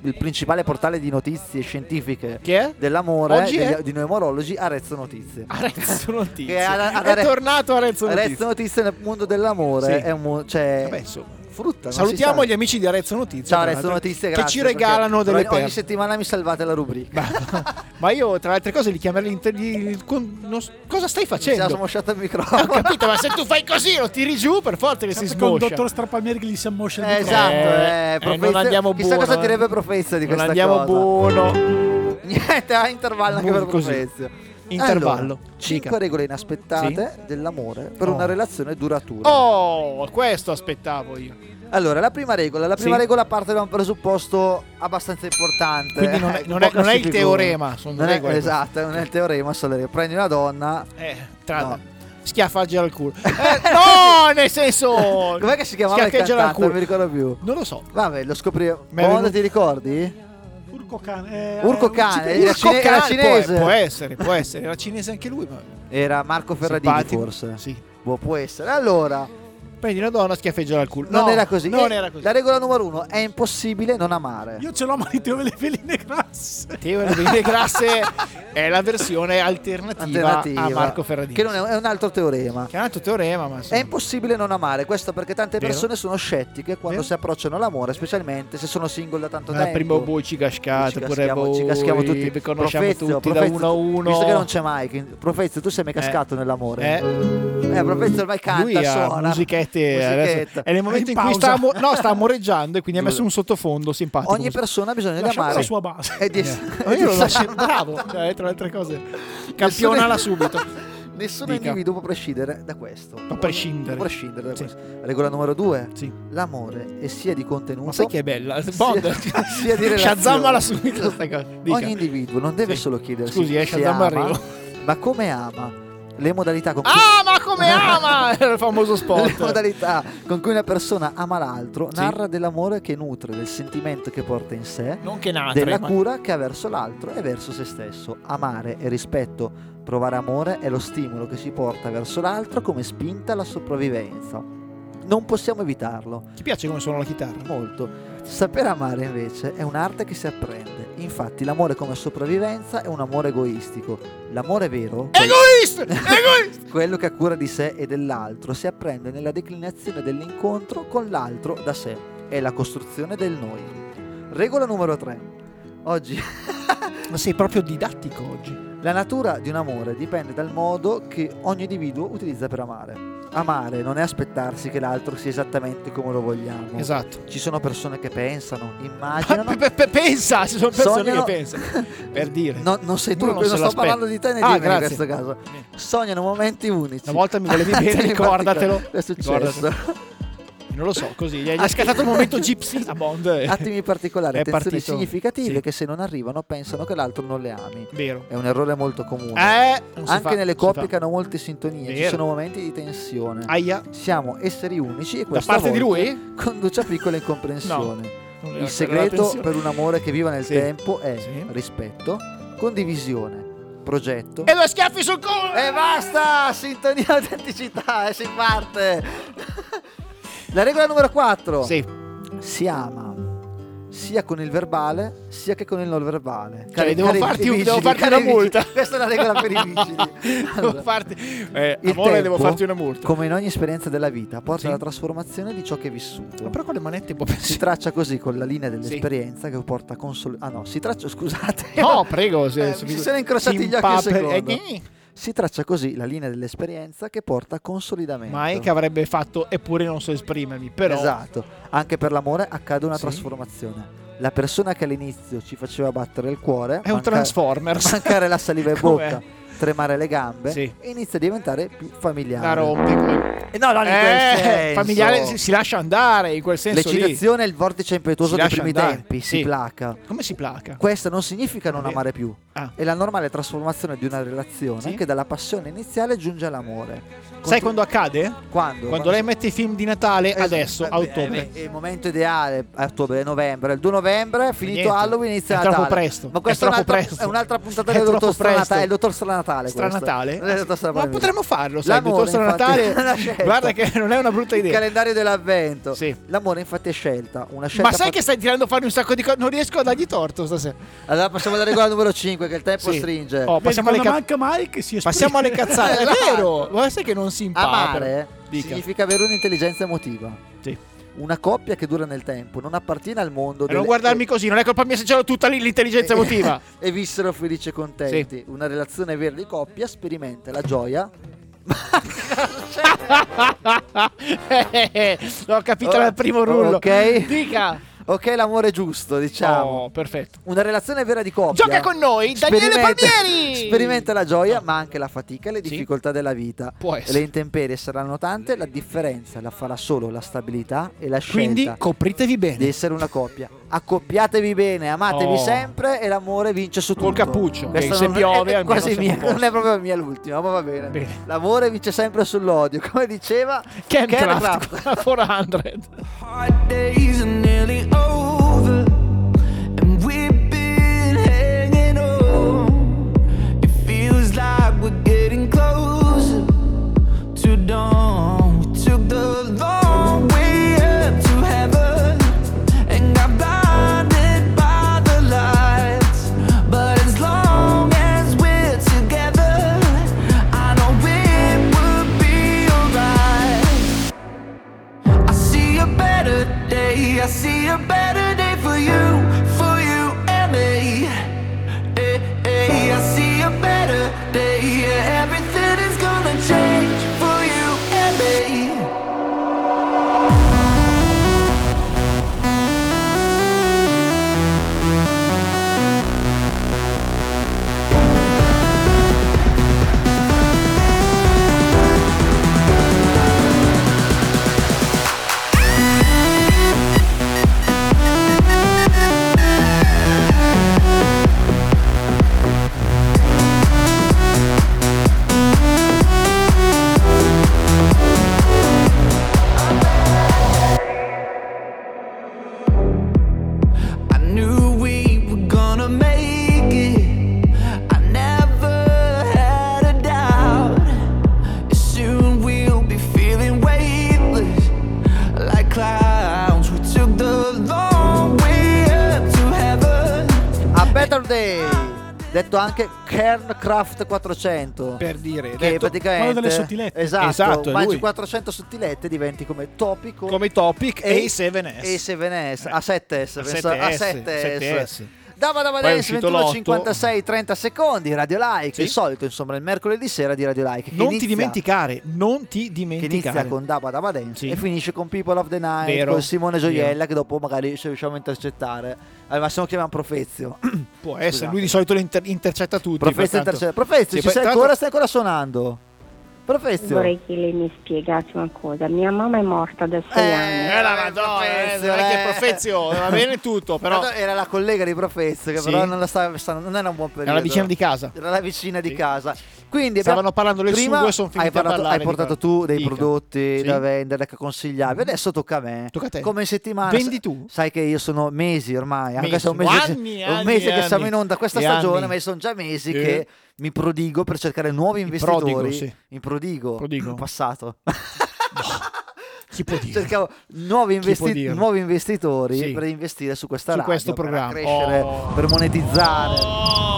S4: il principale portale di notizie scientifiche
S3: Che è?
S4: dell'amore
S3: Oggi
S4: degli-
S3: è?
S4: di noi morologi Arezzo Notizie.
S3: Arezzo Notizie.
S4: Che
S3: È,
S4: ad- ad Are-
S3: tornato Arezzo Notizie.
S4: Arezzo Notizie nel mondo dell'amore
S3: Sì.
S4: è un mo- cioè
S3: Vabbè, insomma.
S4: frutta. non
S3: Salutiamo
S4: si
S3: gli amici di Arezzo Notizie.
S4: sa. Ciao
S3: tra
S4: Arezzo
S3: l'altro,
S4: Notizie,
S3: Che
S4: grazie,
S3: ci
S4: perché
S3: regalano delle
S4: ogni, ogni
S3: perle.
S4: settimana mi salvate la rubrica.
S3: Ma io, tra le altre cose, li chiamerei inter- gli- con- non s- Cosa stai
S4: Mi sono
S3: facendo?
S4: smosciato il
S3: Ho
S4: microfono.
S3: capito, ma se tu fai così lo tiri giù, per forza che si
S6: Sempre con il
S3: smoscia.
S6: dottor Strapalmieri che gli si ammoscia il
S4: Eh,
S6: microfono.
S4: esatto,
S3: Eh,
S4: eh,
S3: eh,
S4: Profezio-
S3: non andiamo
S4: chissà
S3: buono,
S4: cosa
S3: eh.
S4: direbbe Profezio di
S3: Non
S4: questa
S3: andiamo
S4: cosa.
S3: buono.
S4: Niente, a intervallo anche per
S3: Così.
S4: Profezio.
S3: Intervallo.
S4: Allora, cinque
S3: Dica.
S4: regole inaspettate dell'amore per
S3: Oh.
S4: una relazione duratura.
S3: Oh, questo aspettavo io.
S4: Allora, la prima regola, la prima
S3: Sì.
S4: regola parte da un presupposto abbastanza importante.
S3: Quindi non è-
S4: Eh,
S3: non
S4: un po'
S3: è- non è il
S4: classificone.
S3: teorema, sono
S4: Non è-
S3: regole.
S4: Esatto, non è il teorema, sono le regole. Prendi una donna.
S3: Eh, tra
S4: No.
S3: schiaffaggiare al culo. Eh, no, nel senso
S4: Com'è che si chiamava il
S3: schiaffeggiare al
S4: cantante? Non mi
S3: culo.
S4: ricordo più.
S3: Non lo so.
S4: Vabbè, lo scopriamo.
S3: Mi è venuto-
S4: Bond, ti ricordi?
S6: Urco cane. eh,
S4: Urco
S6: eh,
S4: cane,
S6: uccide-
S4: era
S3: Urco
S4: cine- era
S3: Khan,
S4: cinese.
S3: Può, può essere, può essere, era cinese anche lui, ma
S4: Era Marco Ferradini,
S3: Simpatico,
S4: forse.
S3: Sì.
S4: Boh, può essere. Allora,
S3: Prendi una donna, schiaffeggiare al culo.
S4: non
S3: No,
S4: era così.
S3: Non
S4: Eh,
S3: era così.
S4: La regola numero uno è impossibile non amare.
S6: Io ce l'ho, ma li devo le veline grasse.
S3: Teo e le Bene Grasse è la versione alternativa,
S4: Alternativa.
S3: a Marco Ferradini.
S4: Che non è, è un altro teorema.
S3: Che è un altro teorema, ma
S4: È
S3: insomma.
S4: impossibile non amare, questo perché tante
S3: Vero.
S4: persone sono scettiche quando
S3: Vero.
S4: si approcciano all'amore, specialmente se sono single da tanto
S3: Eh,
S4: tempo.
S3: prima o voi ci cascate,
S4: Ci
S3: pure
S4: caschiamo-
S3: voi.
S4: ci caschiamo tutti,
S3: Vi conosciamo
S4: Profezio,
S3: tutti da
S4: Profezio,
S3: uno a uno.
S4: Visto che non c'è mai, Profezio, tu sei mai cascato nell'amore.
S3: Eh,
S4: Eh, Profezio ormai canta,
S3: lui ha
S4: suona.
S3: musichette effetti adesso
S4: Musichetta.
S3: è nel momento
S4: È
S3: in,
S4: in
S3: cui sta,
S4: pausa.
S3: ammo- no, sta amoreggiando e quindi ha messo un sottofondo simpatico.
S4: Ogni persona ha bisogno di
S3: Lasciamo
S4: amare
S3: la sua
S6: base.
S4: E di
S3: Eh, io lo lascio- bravo, cioè, tra le altre cose. Campionala subito.
S4: Nessun
S3: Dica.
S4: individuo può prescindere da questo.
S3: A prescindere.
S4: Può prescindere da
S3: Sì.
S4: questo. Regola numero due.
S3: Sì.
S4: L'amore è sia di contenuto.
S3: Ma sai che è bella? Bond.
S4: Sia, sia di relazione.
S3: Shazammala subito questa cosa. Dica.
S4: Ogni individuo non deve solo chiedersi
S3: Scusi, eh,
S4: se
S3: Shazam
S4: ama,
S3: arrivo.
S4: ma come ama, le modalità con cui
S3: Ah, ma come ama! Era il famoso
S4: le
S3: spot.
S4: modalità con cui una persona ama l'altro
S3: Sì.
S4: narra dell'amore che nutre, del sentimento che porta in sé,
S3: Non che natre,
S4: della
S3: ma-
S4: cura che ha verso l'altro e verso se stesso. Amare e rispetto, provare amore è lo stimolo che si porta verso l'altro come spinta alla sopravvivenza. Non possiamo evitarlo,
S3: Ti piace come suona la chitarra?
S4: molto. Saper amare invece è un'arte che si apprende. Infatti l'amore come sopravvivenza è un amore egoistico. L'amore vero...
S3: Egoista! Egoista!
S4: Quello che ha cura di sé e dell'altro si apprende nella declinazione dell'incontro con l'altro da sé e la costruzione del noi. Regola numero 3. Oggi
S3: Ma sei proprio didattico oggi.
S4: la natura di un amore dipende dal modo che ogni individuo utilizza per amare. Amare non è aspettarsi che l'altro sia esattamente come lo vogliamo.
S3: Esatto.
S4: Ci sono persone che pensano, immaginano,
S3: Pe- pe- pensa, ci sono persone
S4: Sognano-
S3: che pensano. Per dire.
S4: No, non sei tu,
S3: Uno
S4: non,
S3: non se
S4: sto
S3: l'aspetta.
S4: parlando di te né
S3: Ah,
S4: di me in
S3: grazie.
S4: questo caso. Sognano momenti unici.
S3: Una volta mi volevi bene,
S4: Te ne
S3: ricordatelo.
S4: parli- È successo.
S3: Ricordatelo. Non lo so, così. Gli hai gli hai scattato il momento gypsy a Bond.
S4: Attimi particolari,
S3: È Eh,
S4: attenzioni
S3: partito.
S4: significative
S3: Sì.
S4: che se non arrivano pensano che l'altro non le ami.
S3: Vero.
S4: È un errore molto comune.
S3: Eh, non si
S4: Anche
S3: fa,
S4: nelle
S3: non si
S4: coppie
S3: fa.
S4: che hanno molte sintonie ci
S3: Vero.
S4: sono momenti di tensione.
S3: Aia.
S4: Siamo esseri unici e
S3: Da
S4: questo
S3: parte di lui?
S4: conduce a piccole incomprensioni.
S3: Non era-
S4: Il
S3: era la
S4: segreto
S3: tensione.
S4: per un amore che viva nel
S3: Sì.
S4: tempo è
S3: Sì.
S4: rispetto, condivisione, progetto.
S3: E due schiaffi sul culo!
S4: E basta! Sintonia e autenticità e si parte! La regola numero 4
S3: Sì.
S4: si ama sia con il verbale sia che con il non verbale.
S3: Cioè, devo farti un- devo farti una
S4: vigili,
S3: multa.
S4: Questa è la regola per i vigili.
S3: devo
S4: Allora,
S3: farti. Eh,
S4: il
S3: amore, devo
S4: tempo,
S3: farti una multa.
S4: Come in ogni esperienza della vita, porta
S3: Sì.
S4: alla trasformazione di ciò che è vissuto.
S3: Però con le manette può
S4: Si
S3: pensare.
S4: traccia così con la linea
S3: Sì.
S4: dell'esperienza che porta a consol- Ah no, si traccia, scusate.
S3: No, prego. Se,
S4: Eh,
S3: se
S4: mi
S3: mi-
S4: si sono incrociati
S3: si
S4: gli occhi un
S3: impaperi-
S4: secondo.
S3: Eh, eh.
S4: Si traccia così la linea dell'esperienza che porta a consolidamento.
S3: Mai che avrebbe fatto, eppure non so esprimermi. Però.
S4: Esatto, anche per l'amore accade una
S3: Sì.
S4: trasformazione. La persona che all'inizio ci faceva battere il cuore,
S3: È un
S4: manca-
S3: Transformers.
S4: mancare la saliva in
S3: Com'è?
S4: bocca, tremare le gambe,
S3: Sì.
S4: e inizia a diventare più
S3: La
S4: familiare.
S3: rompe. poi.
S4: Eh, no, no, in quel
S3: Eh,
S4: senso.
S3: familiare si, si lascia andare in quel senso lì.
S4: L'eccitazione è il vortice impetuoso
S3: Si
S4: dei
S3: lascia
S4: primi
S3: andare,
S4: tempi,
S3: sì.
S4: si placa.
S3: Come si placa?
S4: Questa non significa non
S3: Vabbè.
S4: amare più,
S3: Ah.
S4: è la normale trasformazione di una relazione
S3: Sì.
S4: che dalla passione iniziale giunge all'amore.
S3: Sai
S4: Contro-
S3: quando accade?
S4: Quando?
S3: Quando lei mette i film di Natale
S4: Esatto.
S3: adesso,
S4: Eh,
S3: a ottobre.
S4: beh, È il momento ideale, a ottobre, novembre. Il 2 novembre, finito
S3: Niente.
S4: Halloween, inizia
S3: È
S4: Natale.
S3: troppo presto.
S4: Ma questa
S3: È
S4: è,
S3: troppo
S4: un'altra,
S3: presto.
S4: è un'altra puntata
S3: È
S4: del
S3: troppo
S4: dottor Stranatale.
S3: presto.
S4: È il dottor Stranatale. questo.
S3: Stranatale?
S4: Non è il dottor Stranatale.
S3: Ma potremmo farlo, sai, il
S4: L'amore,
S3: dottor Stranatale.
S4: infatti, è una scelta.
S3: Guarda che non è una brutta
S4: Il
S3: idea.
S4: calendario dell'avvento.
S3: Sì.
S4: L'amore, infatti, è scelta. Una scelta
S3: Ma sai
S4: pat-
S3: che stai tirando fuori un sacco di cose? Non riesco a dargli torto stasera.
S4: Allora, passiamo alla regola numero 5, che il tempo
S3: Sì.
S4: stringe.
S3: Oh, passiamo, alle
S6: Quando
S3: ca-
S6: manca Mike si esprime.
S3: passiamo alle cazzate. È
S4: Esatto.
S3: vero, ma sai che non si impara.
S4: Amare
S3: Dica.
S4: significa avere un'intelligenza emotiva.
S3: Sì.
S4: Una coppia che dura nel tempo, non appartiene al mondo.
S3: E non
S4: delle- Eh.
S3: guardarmi così, non è colpa mia se c'era tutta lì l'intelligenza emotiva.
S4: e vissero felici e contenti. Una relazione vera di coppia sperimenta la gioia.
S3: L'ho capita dal primo rullo.
S4: Ok.
S3: Dica.
S4: Ok, l'amore giusto, diciamo.
S3: Oh, perfetto.
S4: Una relazione vera di coppia.
S3: Gioca con noi, Daniele
S4: sperimenta-
S3: Palmieri!
S4: Sperimenta la gioia, ma anche la fatica e le
S3: Sì.
S4: difficoltà della vita.
S3: Può
S4: E
S3: essere.
S4: le intemperie saranno tante, la differenza la farà solo la stabilità e la scelta.
S3: Quindi copritevi bene.
S4: di essere una coppia. Accoppiatevi bene, amatevi
S3: Oh.
S4: sempre e l'amore vince su
S3: Col
S4: tutto.
S3: cappuccio,
S4: Questa
S3: che se
S4: non è-
S3: piove
S4: è,
S3: almeno
S4: quasi
S3: siamo a
S4: mia,
S3: posto.
S4: non è proprio mia l'ultima, ma va bene.
S3: Bene.
S4: L'amore vince sempre sull'odio, come diceva
S3: Ken
S4: Ken
S3: Kraft,
S4: Kraft.
S3: 400.
S2: Hard days are nearly over, and we've been hanging on. It feels like we're getting closer to dawn. We took the long way up to heaven and got blinded by the lights. But as long as we're together, I know it will be alright. I see a better day. I see a better day for you, for you and me. Hey, hey, I see a better day. Yeah, everything is gonna change for you and me.
S4: Saturday, detto anche Kerncraft 400.
S3: Per dire,
S4: che
S3: detto-
S4: praticamente
S3: quello delle sottilette.
S4: Esatto,
S3: Esatto, è
S4: mangi
S3: lui.
S4: 400 sottilette diventi come Topico.
S3: Come i Topic e,
S4: E-
S3: i 7S.
S4: e i 7S, a 7S,
S3: A
S4: pensa-
S3: 7S,
S4: a 7S.
S3: 7S.
S4: Dava Dava
S3: Eh Poi è
S4: Dance,
S3: uscito l'otto.
S4: 56, 30 secondi, Radio Like, il solito insomma il mercoledì sera di Radio Like. che
S3: Non
S4: inizia-
S3: ti dimenticare, non ti
S4: Che inizia
S3: dimenticare.
S4: con Daba Daba Dance
S3: Sì.
S4: e finisce con People of the Night,
S3: Vero.
S4: con Simone Gioiella
S3: Vero.
S4: che dopo magari se riusciamo a intercettare, al massimo chiamiamo Profezio.
S3: Può essere, lui di solito lo inter- intercetta tutti.
S4: Profezio,
S3: pertanto-
S4: intercetta. Profezio
S3: Sì,
S4: ci
S3: poi-
S4: sei
S3: tra
S4: ancora?
S3: l'altro-
S4: Stai ancora suonando? Profezio.
S12: Vorrei che lei mi spiegasse una cosa. Mia mamma è morta da sei anni.
S3: Eh, la madonna, eh, non è che è Profezio, va bene tutto, però...
S4: Tanto Era la collega di Profezio che
S3: Sì.
S4: però non, la stava, sta- non era un buon periodo.
S3: Era la vicina di casa.
S4: Era la vicina di casa. Quindi
S3: Stavano
S4: abbiamo-
S3: parlando del
S4: prima
S3: sugo e son finiti
S4: hai
S3: a
S4: parlato-
S3: parlare
S4: Hai
S3: di
S4: portato
S3: quello.
S4: tu dei
S3: Dica.
S4: prodotti
S3: Sì.
S4: da vendere, che consigliavi. Adesso tocca a me.
S3: Tocca a te.
S4: Come in settimana.
S3: Vendi
S4: sa-
S3: tu?
S4: Sai che io sono mesi ormai, anche
S3: Mesi,
S4: se è un mese,
S3: anni,
S4: è un
S3: anni,
S4: mese che
S3: anni.
S4: siamo in onda questa
S3: E
S4: stagione,
S3: anni.
S4: ma io sono già mesi
S3: Eh.
S4: che mi prodigo per cercare nuovi investitori.
S3: prodigo, sì.
S4: In prodigo.
S3: Prodigo.
S4: In passato.
S6: eh.
S3: Chi può dire?
S4: Cercavo nuovi,
S3: Chi può
S4: investi-
S3: dire?
S4: nuovi investitori
S3: Sì.
S4: per investire su questa
S3: Su
S4: radio,
S3: questo programma.
S4: per crescere,
S3: Oh.
S4: per monetizzare.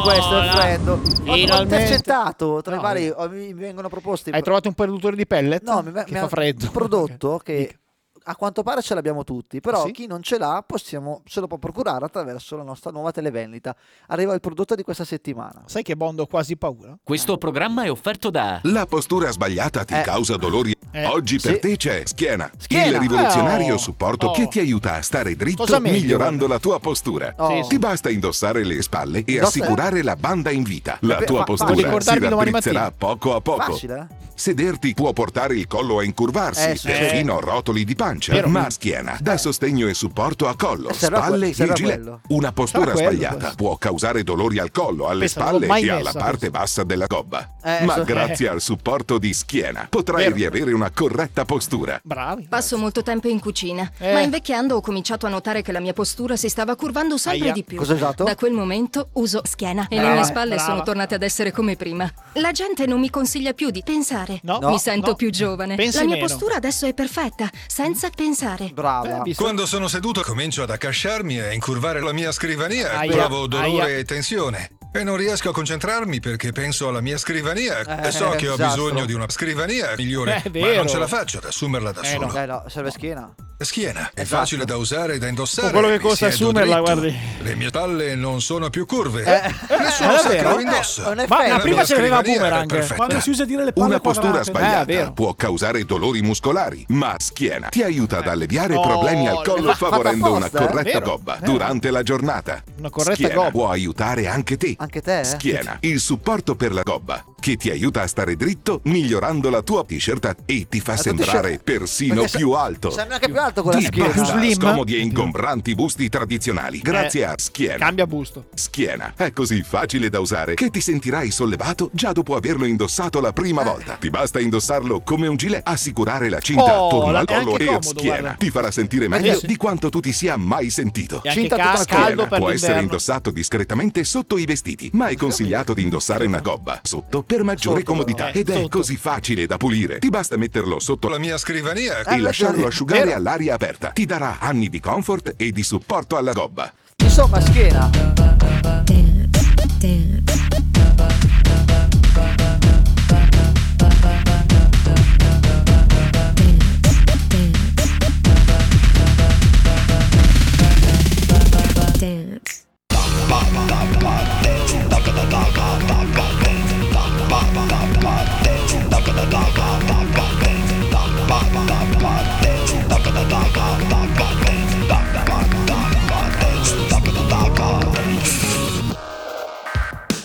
S4: questo è il
S3: là.
S4: freddo. Ho
S3: Finalmente.
S4: intercettato tra i
S3: No, eh.
S4: vari, ho- mi mi vengono proposti
S3: Hai trovato un produttore di pellet?
S4: No, mi,
S3: che
S4: mi
S3: fa
S4: ha-
S3: freddo.
S4: un prodotto che a quanto pare ce l'abbiamo tutti, però chi non ce l'ha possiamo, se lo può procurare attraverso la nostra nuova televendita. Arriva il prodotto di questa settimana.
S3: Sai che Bondo ho quasi paura?
S1: Questo programma è offerto da
S7: La postura sbagliata ti
S1: Eh.
S7: causa dolori.
S3: Eh,
S7: Oggi per
S3: sì.
S7: te c'è Schiena,
S3: Schiena.
S7: il rivoluzionario
S3: Oh.
S7: supporto
S3: Oh.
S7: che ti aiuta a stare dritto
S3: Cosa meglio,
S7: migliorando la tua postura.
S3: Oh. Sì, sì.
S7: Ti basta indossare le spalle e
S3: Indossa-
S7: assicurare la banda in vita. La
S3: Vabbè, fa-
S7: tua
S3: facile.
S7: postura si
S3: Ricordarmi domani
S7: raddrizzerà
S3: mattina.
S7: poco a poco.
S4: Facile, eh?
S7: Sederti può portare il collo a incurvarsi,
S4: Eh, sì,
S7: perfino rotoli di pancia,
S4: Vero.
S7: ma schiena
S3: Eh.
S7: dà sostegno e supporto a collo,
S4: Eh, será que-
S7: spalle
S4: será
S7: e gilet.
S4: quello.
S7: Una postura
S4: Sarà quello,
S7: sbagliata
S4: questo.
S7: può causare dolori al collo, alle
S3: Questa non l'ho
S7: spalle
S3: mai
S7: e alla
S3: messa,
S7: parte bassa della gobba.
S3: Eh,
S7: ma
S3: so-
S7: grazie al supporto di schiena potrai
S3: Vero.
S7: riavere una corretta postura.
S3: Bravi.
S13: Passo molto tempo in cucina,
S7: Eh.
S13: ma invecchiando ho cominciato a notare che la mia postura si stava curvando sempre
S7: Aia.
S13: di più.
S7: Cosa hai usato?
S13: Da quel momento uso schiena e
S7: Brava,
S13: le mie spalle
S7: brava.
S13: sono tornate ad essere come prima. La gente non mi consiglia più di pensare.
S7: No,
S13: mi sento
S7: no.
S13: più giovane.
S7: Pensi
S13: la mia
S7: meno. Eh,
S13: postura adesso è perfetta, senza pensare.
S4: Brava.
S14: Quando sono seduto comincio ad accasciarmi e a incurvare la mia scrivania.
S13: Aia,
S14: Provo dolore
S13: aia.
S14: e tensione. E non riesco a concentrarmi perché penso alla mia scrivania.
S4: Eh,
S14: e so che ho
S4: disastro.
S14: bisogno di una scrivania migliore,
S4: Eh, è
S14: ma
S4: vero.
S14: non ce la faccio ad assumerla da
S4: Eh,
S14: solo.
S4: no. Eh, no, serve schiena.
S14: Schiena è
S4: Esatto.
S14: facile da usare e da indossare.
S3: Con quello che
S14: mi
S3: costa
S14: siedo
S3: assumerla,
S14: dritto.
S3: guardi.
S14: Le mie palle non sono più curve.
S3: eh,
S14: Nessuno sa che
S3: davvero?
S14: lo indossa.
S3: Eh, è un effetto. Ma- ma
S14: La
S3: prima
S14: mia
S3: ce l'aveva
S14: scrivania era
S3: Boomerang.
S14: perfetta.
S6: Quando si usa dire le palle
S7: Una postura
S6: quadrate,
S14: Eh,
S7: sbagliata può causare dolori muscolari, ma schiena ti aiuta ad alleviare
S6: Oh,
S7: problemi al collo
S6: l'ha fatta
S7: favorendo una
S6: apposta, eh?
S7: corretta
S6: Vero,
S7: gobba
S6: vero.
S7: durante la giornata.
S3: Una corretta
S7: schiena
S3: gobba.
S7: può aiutare anche te.
S4: Anche te? eh?
S7: Schiena, il supporto per la gobba, che ti aiuta a stare dritto migliorando la tua t-shirt e ti fa
S4: tua
S7: sembrare
S4: t-shirt?
S7: persino
S4: Perché se-
S7: più alto.
S4: Sembra anche più alto con la
S7: Ti
S4: schiena.
S7: basta scomodi e ingombranti busti tradizionali grazie
S3: Eh,
S7: a Schiena.
S3: Cambia busto.
S7: Schiena è così facile da usare che ti sentirai sollevato già dopo averlo indossato la
S3: Eh.
S7: prima volta. Ti basta indossarlo come un gilet, assicurare la cinta
S3: Oh,
S7: attorno
S3: la-
S7: al
S3: è anche
S7: collo e
S3: comodo,
S7: schiena
S3: guarda.
S7: ti farà sentire
S3: Ma
S7: meglio
S3: sì.
S7: di quanto tu ti sia mai sentito.
S3: E anche Cinta ca- tutta caldo
S7: Schiena
S3: per
S7: può essere
S3: l'inverno.
S7: indossato discretamente sotto i vestiti, ma è consigliato di indossare una gobba sotto per maggiore
S14: Sotto,
S7: comodità
S3: eh,
S14: però.
S7: ed è così facile da pulire. Ti basta metterlo sotto
S14: La mia scrivania
S7: e eh, lasciarlo asciugare
S14: Vero.
S7: all'aria aperta. Ti darà anni di comfort e di supporto alla gobba.
S4: Insomma, schiena.
S9: Dance.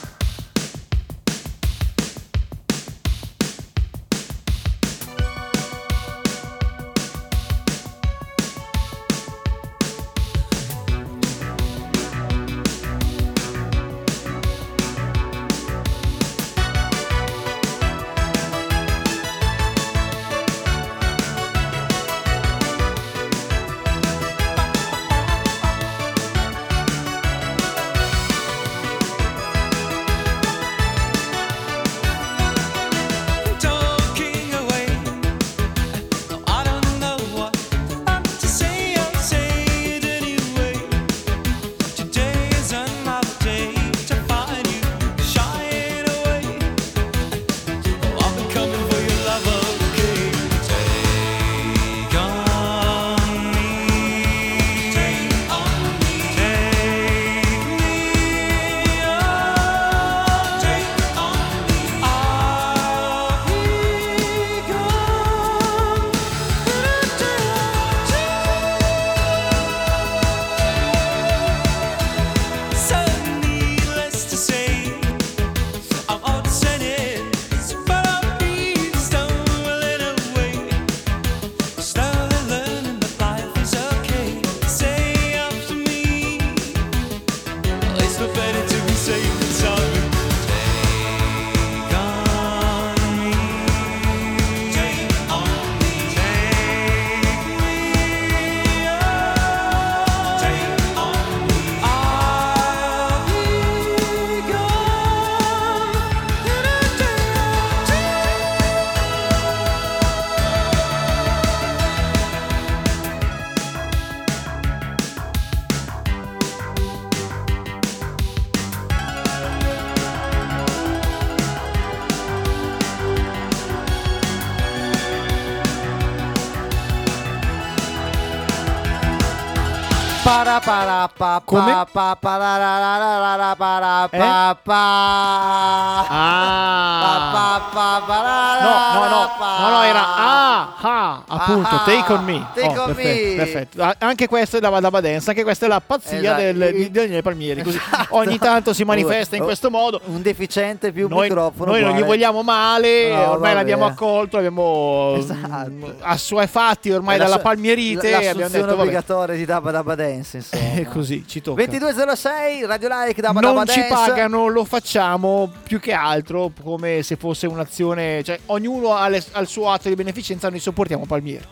S4: para para pa pa
S3: Come?
S4: pa pa la la la la la la pa la pa pa
S3: Ah.
S4: pa pa pa la
S3: No,
S4: la
S3: no,
S4: la
S3: no,
S4: pa.
S3: no, no, era ah, ah, appunto,
S4: Ah,
S3: take on me. Oh,
S4: Take on
S3: perfetto,
S4: me.
S3: perfetto. A- Anche questa è la Badaba Dance, anche questa è la pazzia
S4: Esatto.
S3: del- di Daniele Palmieri. Così ogni tanto si manifesta in
S4: Oh,
S3: questo modo.
S4: Un deficiente più un
S3: Noi,
S4: microfono.
S3: noi non gli
S4: uguale.
S3: vogliamo male,
S4: No,
S3: ormai
S4: vabbè.
S3: l'abbiamo accolto, l'abbiamo mm, mh, assuefatti ormai
S4: È Eh, la
S3: dalla
S4: so-
S3: palmierite
S4: la-
S3: e abbiamo
S4: l'assunzione
S3: detto vabbè.
S4: obbligatoria di Dabba Dabba Dance, insomma.
S3: E così ci tocca.
S4: 2206 Radio Like Dabba Dabba
S3: non ci
S4: Dance.
S3: pagano, lo facciamo più che altro come se fosse un'azione, cioè ognuno ha, le- ha il suo atto di beneficenza, noi sopportiamo Palmieri.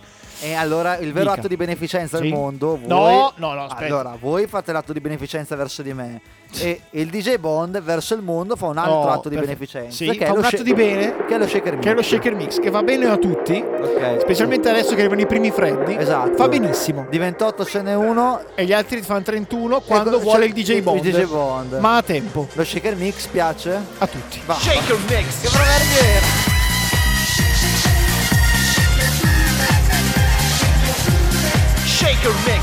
S4: E allora il vero
S3: Dica.
S4: atto di beneficenza del
S3: Sì.
S4: Esatto. mondo. Voi,
S3: No, no, no, aspetta.
S4: Allora, voi fate l'atto di beneficenza verso di me. E il DJ Bond verso il mondo fa un altro
S3: No,
S4: atto di
S3: perfetto.
S4: beneficenza.
S3: Sì,
S4: che è
S3: fa
S4: lo
S3: un atto
S4: sha-
S3: di bene.
S4: Che è lo shaker
S3: Che è lo shaker mix, che va bene a tutti, specialmente adesso che arrivano i primi freddi.
S4: Esatto.
S3: Fa benissimo.
S4: Di 28 ce n'è uno.
S3: E gli altri fanno 31 quando
S4: Ecco,
S3: vuole
S4: c'è
S3: il DJ Bond.
S4: DJ Bond.
S3: Ma a tempo.
S4: Lo shaker mix piace?
S3: A tutti.
S4: Va.
S9: Shaker mix.
S4: Che proverbio era?
S9: Shaker mix.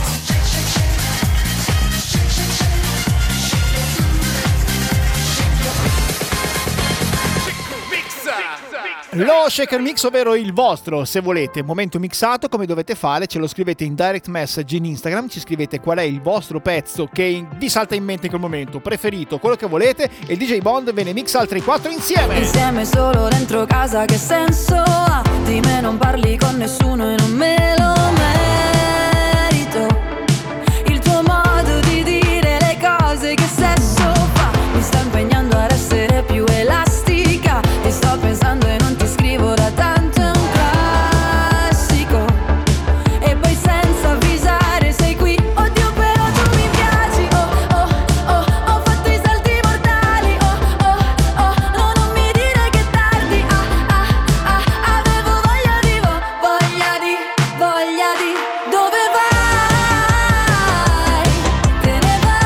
S3: Lo shaker mix, ovvero il vostro, se volete, momento mixato, come dovete fare, ce lo scrivete in direct message in Instagram, ci scrivete qual è il vostro pezzo che in- vi salta in mente in quel momento, preferito, quello che volete, e il DJ Bond ve ne mixa altri quattro insieme.
S15: Insieme solo dentro casa che senso ha? Di me non parli con nessuno e non me lo merito. Il tuo modo di dire le cose che sesso fa. Mi sto impegnando ad essere più elastica. Ti sto pensando e non ti scrivo da tanto è un classico. E poi senza avvisare sei qui. Oddio però tu mi piaci. Oh oh oh, ho fatto i salti mortali. Oh oh. Oh, no, non mi dire che è tardi. Ah, ah, ah, avevo voglia di vo- voglia di, voglia di. Dove vai? Te ne vai.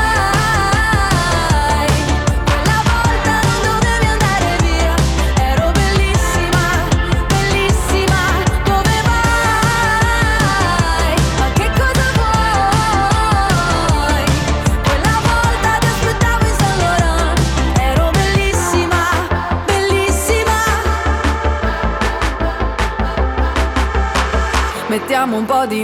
S15: Quella volta non dovevi andare via. Ero bellissima, bellissima. Dove vai? Ma che cosa vuoi? Quella volta ti aspettavo in San Laurent. Ero bellissima, bellissima. Mettiamo un po' di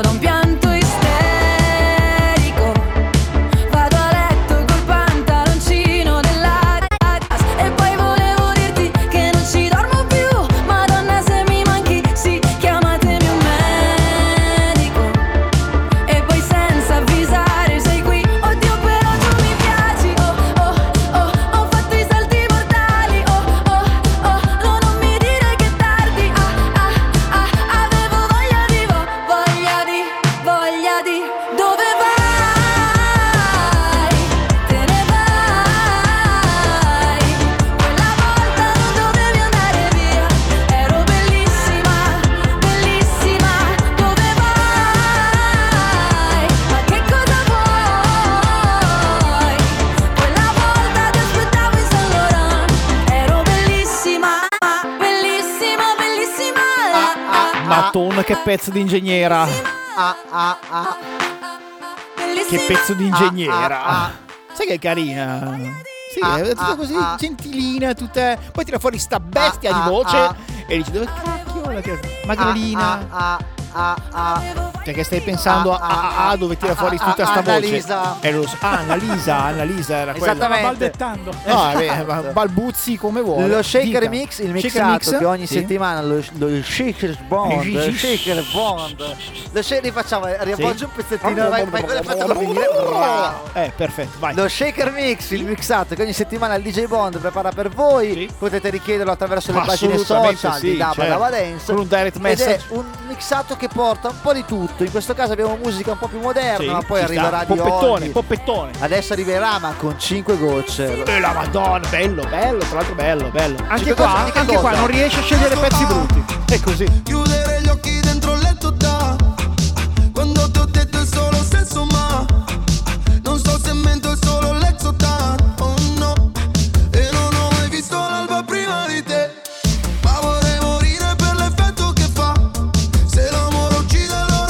S15: da un pianto isterico. Vado a letto col pantaloncino della Adidas. E poi volevo dirti che non ci dormo più. Madonna, se mi manchi, sì, chiamatemi un medico. E poi senza avvisare sei qui Oddio però tu mi piaci Oh oh oh Ho fatto i salti mortali Oh oh oh No non mi dire che è tardi Ah ah ah Avevo voglia di vo- Voglia di Voglia di Dove vai? Te ne vai Quella volta non dovevi andare via Ero bellissima Bellissima Dove vai? Ma che cosa vuoi? Quella volta ti aspettavo in San Laurent Ero bellissima Bellissima, bellissima Ah,
S3: Madonna, che pezzo di ingegnera!
S4: Ah, ah, ah.
S3: Che pezzo di ingegnera!
S4: Ah, ah, ah.
S3: Sai che è carina? Sì,
S4: Ah,
S3: è tutta
S4: ah,
S3: così
S4: ah.
S3: gentilina, tutta... Poi tira fuori sta bestia
S4: Ah,
S3: di voce
S4: ah, ah.
S3: e dici dove cacchio è la che... Magrolina...
S4: Ah, ah, ah, ah.
S3: Cioè che stai pensando a, a- a- a dove tira fuori
S4: ah,
S3: tutta
S4: ah,
S3: sta
S4: Annalisa.
S3: voce? Eh, lo so. Ah, Annalisa, Annalisa era quella.
S4: Esattamente. Esatto.
S6: Balbettando.
S3: No, vabbè, ma balbuzzi come vuoi.
S4: Lo
S3: Dica.
S4: shaker mix, il
S3: Shaker
S4: mixato
S3: mix?
S4: che ogni
S3: Sì.
S4: settimana lo, lo shaker bond,
S3: Sì,
S4: lo
S3: sì, sì.
S4: shaker bond. Lo shaker rifacciamo, riavvolgi un pezzettino, vai, fai quello e faccio dormire.
S3: Eh, perfetto, vai.
S4: Lo shaker mix, il mixato che ogni settimana il DJ Bond prepara per voi. Potete richiederlo attraverso le pagine
S3: Assolutamente
S4: social
S3: sì,
S4: di Dabba
S3: certo.
S4: Dabba Dance.
S3: Con un direct
S4: Ed
S3: message.
S4: è un mixato che porta un po' di tutto. In questo caso abbiamo musica un po' più moderna,
S3: Sì,
S4: ma poi
S3: ci sta.
S4: arriverà di
S3: Poppettone,
S4: ogni.
S3: poppettone.
S4: Adesso arriverà, ma con 5 gocce.
S3: E la madonna, bello, bello, tra l'altro bello, bello. Anche
S4: Dica
S3: qua,
S4: cosa, dica
S3: anche qua
S4: cosa.
S3: non riesce a scegliere pezzi brutti. È così.
S16: Chiudere gli occhi dentro il letto da Quando ti ho detto è solo sesso ma ah, Non so se mento è solo l'exotan Oh no E non ho mai visto l'alba prima di te Ma vorrei morire per l'effetto che fa Se l'amore è un ah,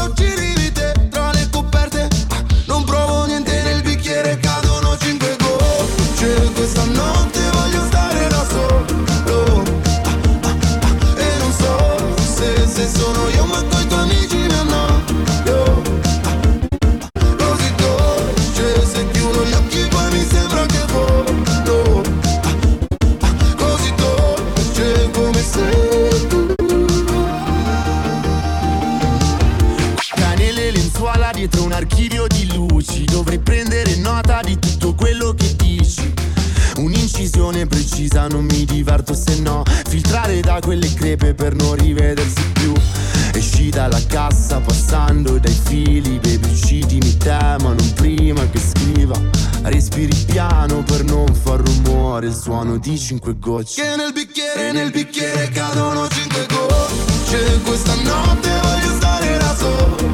S17: potrei prendere nota di tutto quello che dici. Un'incisione precisa, non mi diverto se no. Filtrare da quelle crepe per non rivedersi più. Esci dalla cassa passando dai fili, baby uccidimi te ma non prima che scriva. Respiri piano per non far rumore, il suono di cinque gocce.
S18: Che nel bicchiere, nel bicchiere cadono cinque
S17: C'è questa notte voglio stare da solo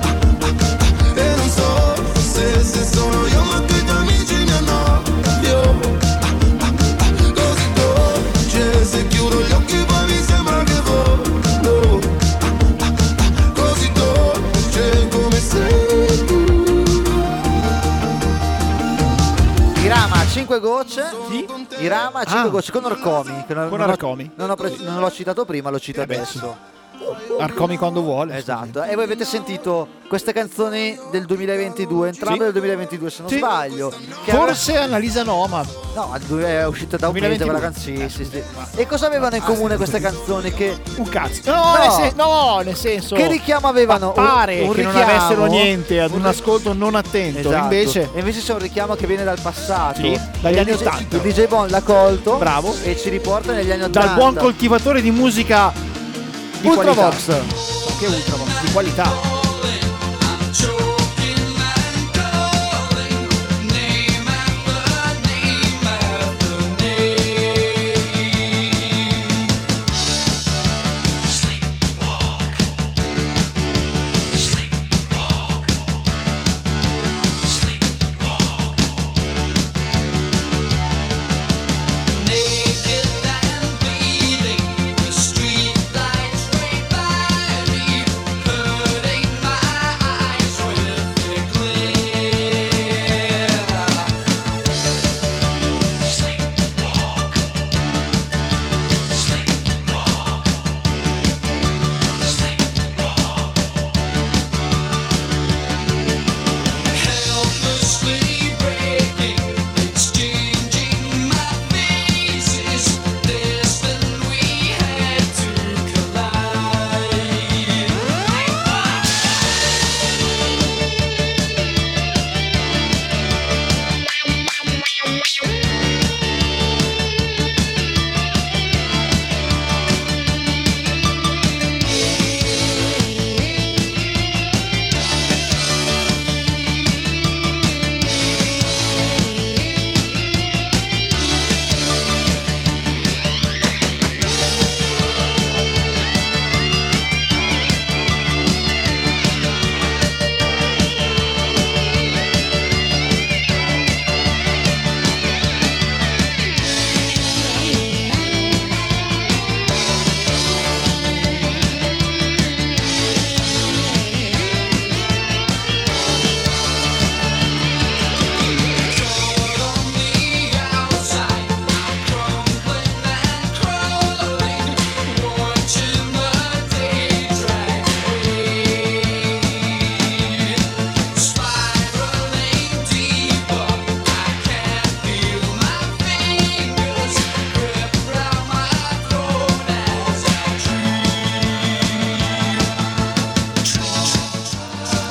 S17: Ah, E non so se, se sono io ma che i tuoi amici mi annoio Ah, Così dolce se chiudo gli occhi poi mi sembra che volo Ah, Così dolce come sei
S2: Irama, 5 gocce. Irama, 5 gocce con Orcomi. che non-
S3: Ah. Con
S2: non ho-
S3: Arcomi. Eh
S2: Non, ho pre- non l'ho citato prima, lo cito adesso.
S3: Arcomi quando vuole.
S2: Esatto. E voi avete sentito queste canzoni del 2022, entrambe
S3: Sì.
S2: del 2022 se non
S3: Sì.
S2: sbaglio. che
S3: Forse Annalisa no, ma
S2: No, è uscita da un mese
S3: 2022.
S2: quella canzone. sì, sì, sì.
S3: Eh,
S2: E cosa avevano in comune queste canzoni? Che
S3: Ah, un cazzo. No, Nel sen- no, nel senso.
S2: Che richiamo avevano?
S3: Pa- pare
S2: Un- un
S3: che non
S2: richiamo?
S3: avessero niente ad un ascolto non attento.
S2: Esatto.
S3: Invece,
S2: E invece c'è un richiamo che viene dal passato.
S3: Sì, dagli
S2: E
S3: anni
S2: il DJ
S3: 80.
S2: Il DJ Bond l'ha colto.
S3: Bravo.
S2: E ci riporta negli anni 80.
S3: dal buon coltivatore di musica di
S2: Ultravox.
S3: qualità. Che Ultravox? Di qualità.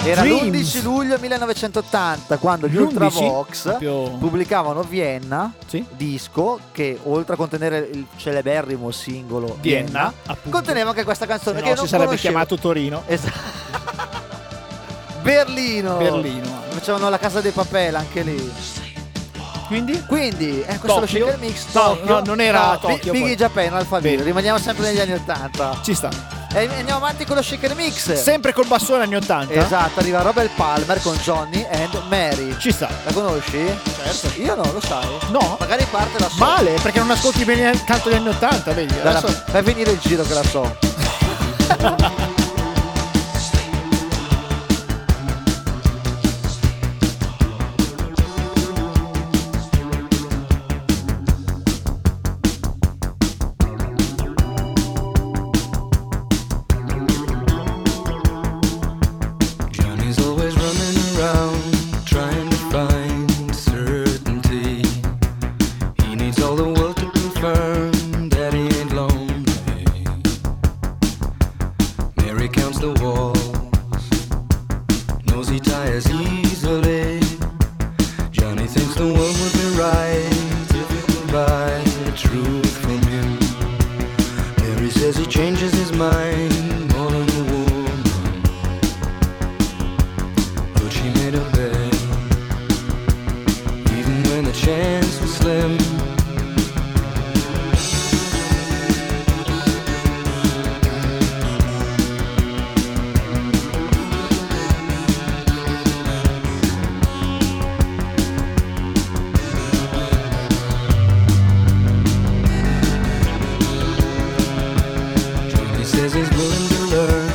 S2: Era
S3: Dreams.
S2: l'11 luglio 1980 quando gli
S3: 11?
S2: Ultravox
S3: Proprio-
S2: pubblicavano Vienna, disco che oltre a contenere il celeberrimo singolo
S3: Vienna,
S2: Vienna,
S3: appunto.
S2: conteneva anche questa canzone
S3: Se
S2: che
S3: no,
S2: non
S3: si sarebbe
S2: conoscevo.
S3: chiamato Torino.
S2: Esatto. Berlino.
S3: Berlino.
S2: Facevano la casa dei papel anche lì.
S3: Quindi?
S2: Quindi, eh, questo è
S3: Tokyo?
S2: lo shaker mix.
S3: No,
S2: Tokyo.
S3: no, non era
S2: Bi-
S3: Tokyo,
S2: Biggie
S3: poi.
S2: Japan,
S3: Bene.
S2: Alphaville. Rimaniamo sempre negli anni 80.
S3: Ci sta.
S2: E andiamo avanti con lo shaker mix.
S3: Sempre col bassone anni 80.
S2: Esatto, arriva Robert Palmer con Johnny and Mary.
S3: Ci sta.
S2: La conosci? Certo. Io no, lo sai.
S3: No.
S2: Magari parte la so.
S3: Male, perché non ascolti bene il canto degli anni 80, vedi?
S2: Dai,
S3: Adesso-
S2: la- Fai venire il giro che la so.
S18: Johnny's always running around trying to find certainty. He needs all the world to confirm that he ain't lonely. Mary counts the walls, knows he tires easily. says he changes his mind all on the woman. But she made a bet, even when the chance was slim. He says he's willing to learn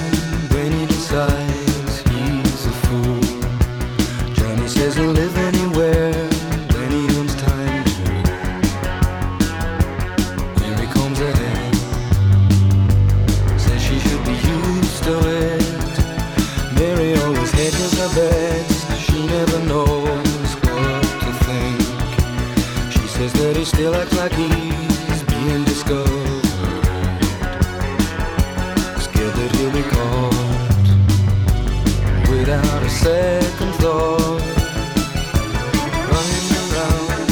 S18: when he decides he's a fool. Johnny says he'll live anywhere when he owns time to. Mary comes ahead, says she should be used to it. Mary always hedges her bets, she never knows what to think. She says that he still acts like he's being discovered. Scared that he'll be caught Without a second thought Running around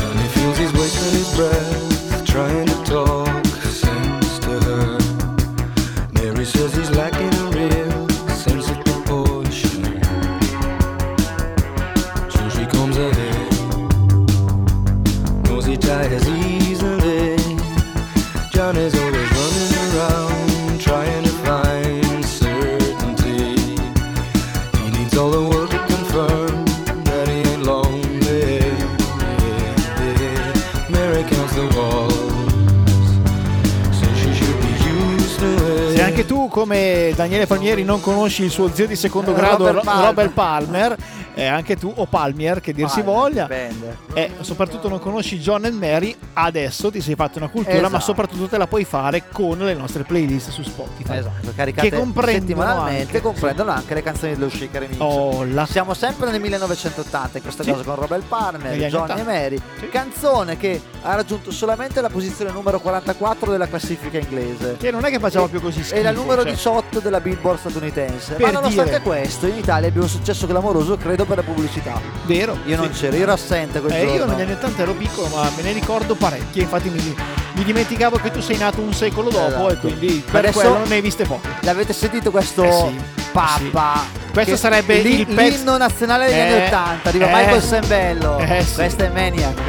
S18: Johnny feels he's wasting his breath Trying to talk sense to her Mary says he's lacking a real sense of proportion. So she comes ahead, knows he tires easily. John is always running around trying to find certainty. He needs all the world to confirm that he ain't lonely. Mary counts the walls, says she should be used to it.
S3: Se anche tu, come Daniele Palmieri, non conosci il suo zio di secondo
S18: Eh,
S3: grado,
S18: Robert
S3: Ro-
S18: Palmer.
S3: Robert Palmer, eh, anche tu, o Palmier, che dir si
S18: Palmer,
S3: voglia,
S18: dipende.
S3: e soprattutto non conosci John and Mary, adesso ti sei fatto una cultura, ma
S4: Esatto.
S3: soprattutto te la puoi fare con le nostre playlist su Spotify.
S4: Esatto,
S3: che
S4: caricate
S3: comprendono
S4: settimanalmente
S3: anche-
S4: comprendono anche le canzoni dello Chic Remix.
S3: Oh, là.
S4: Siamo sempre nel 1980 in questo
S3: Sì.
S4: caso con Robert
S3: Negli
S4: Palmer,
S3: anni
S4: Johnny e
S3: 80.
S4: Mary. Canzone che ha raggiunto solamente la posizione numero 44 della classifica inglese.
S3: Che non è che facciamo
S4: E-
S3: più così
S4: E la
S3: schifo,
S4: numero
S3: cioè.
S4: 18 della Billboard statunitense.
S3: Per
S4: Ma nonostante
S3: dire.
S4: questo, in Italia abbiamo un successo clamoroso, credo, per la pubblicità.
S3: Vero?
S4: Io non c'ero, io ero assente quel
S3: Eh, io
S4: giorno.
S3: negli anni 80 ero piccolo, ma me ne ricordo parecchie. Infatti, mi, mi dimenticavo che tu sei nato un secolo dopo,
S4: Esatto.
S3: e quindi
S4: Ma
S3: per
S4: adesso-
S3: quello non ne hai viste poche. Eh
S4: L'avete sentito questo pappa?
S3: Questo
S4: Che-
S3: sarebbe
S4: l'i-
S3: il pezzo-
S4: l'inno nazionale degli anni
S3: Eh,
S4: 80, arriva
S3: eh.
S4: Michael Sembello.
S3: Eh, sì.
S4: Questa è Maniac.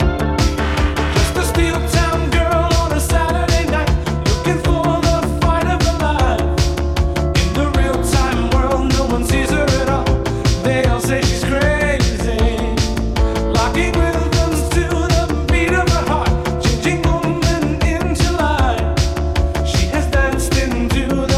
S2: Just a steel town girl on a Saturday night, looking for the fight of her life. In the real time world, no one sees her at all. They all say she's crazy. Locking rhythms to the beat of her heart, changing woman into life. She has danced into the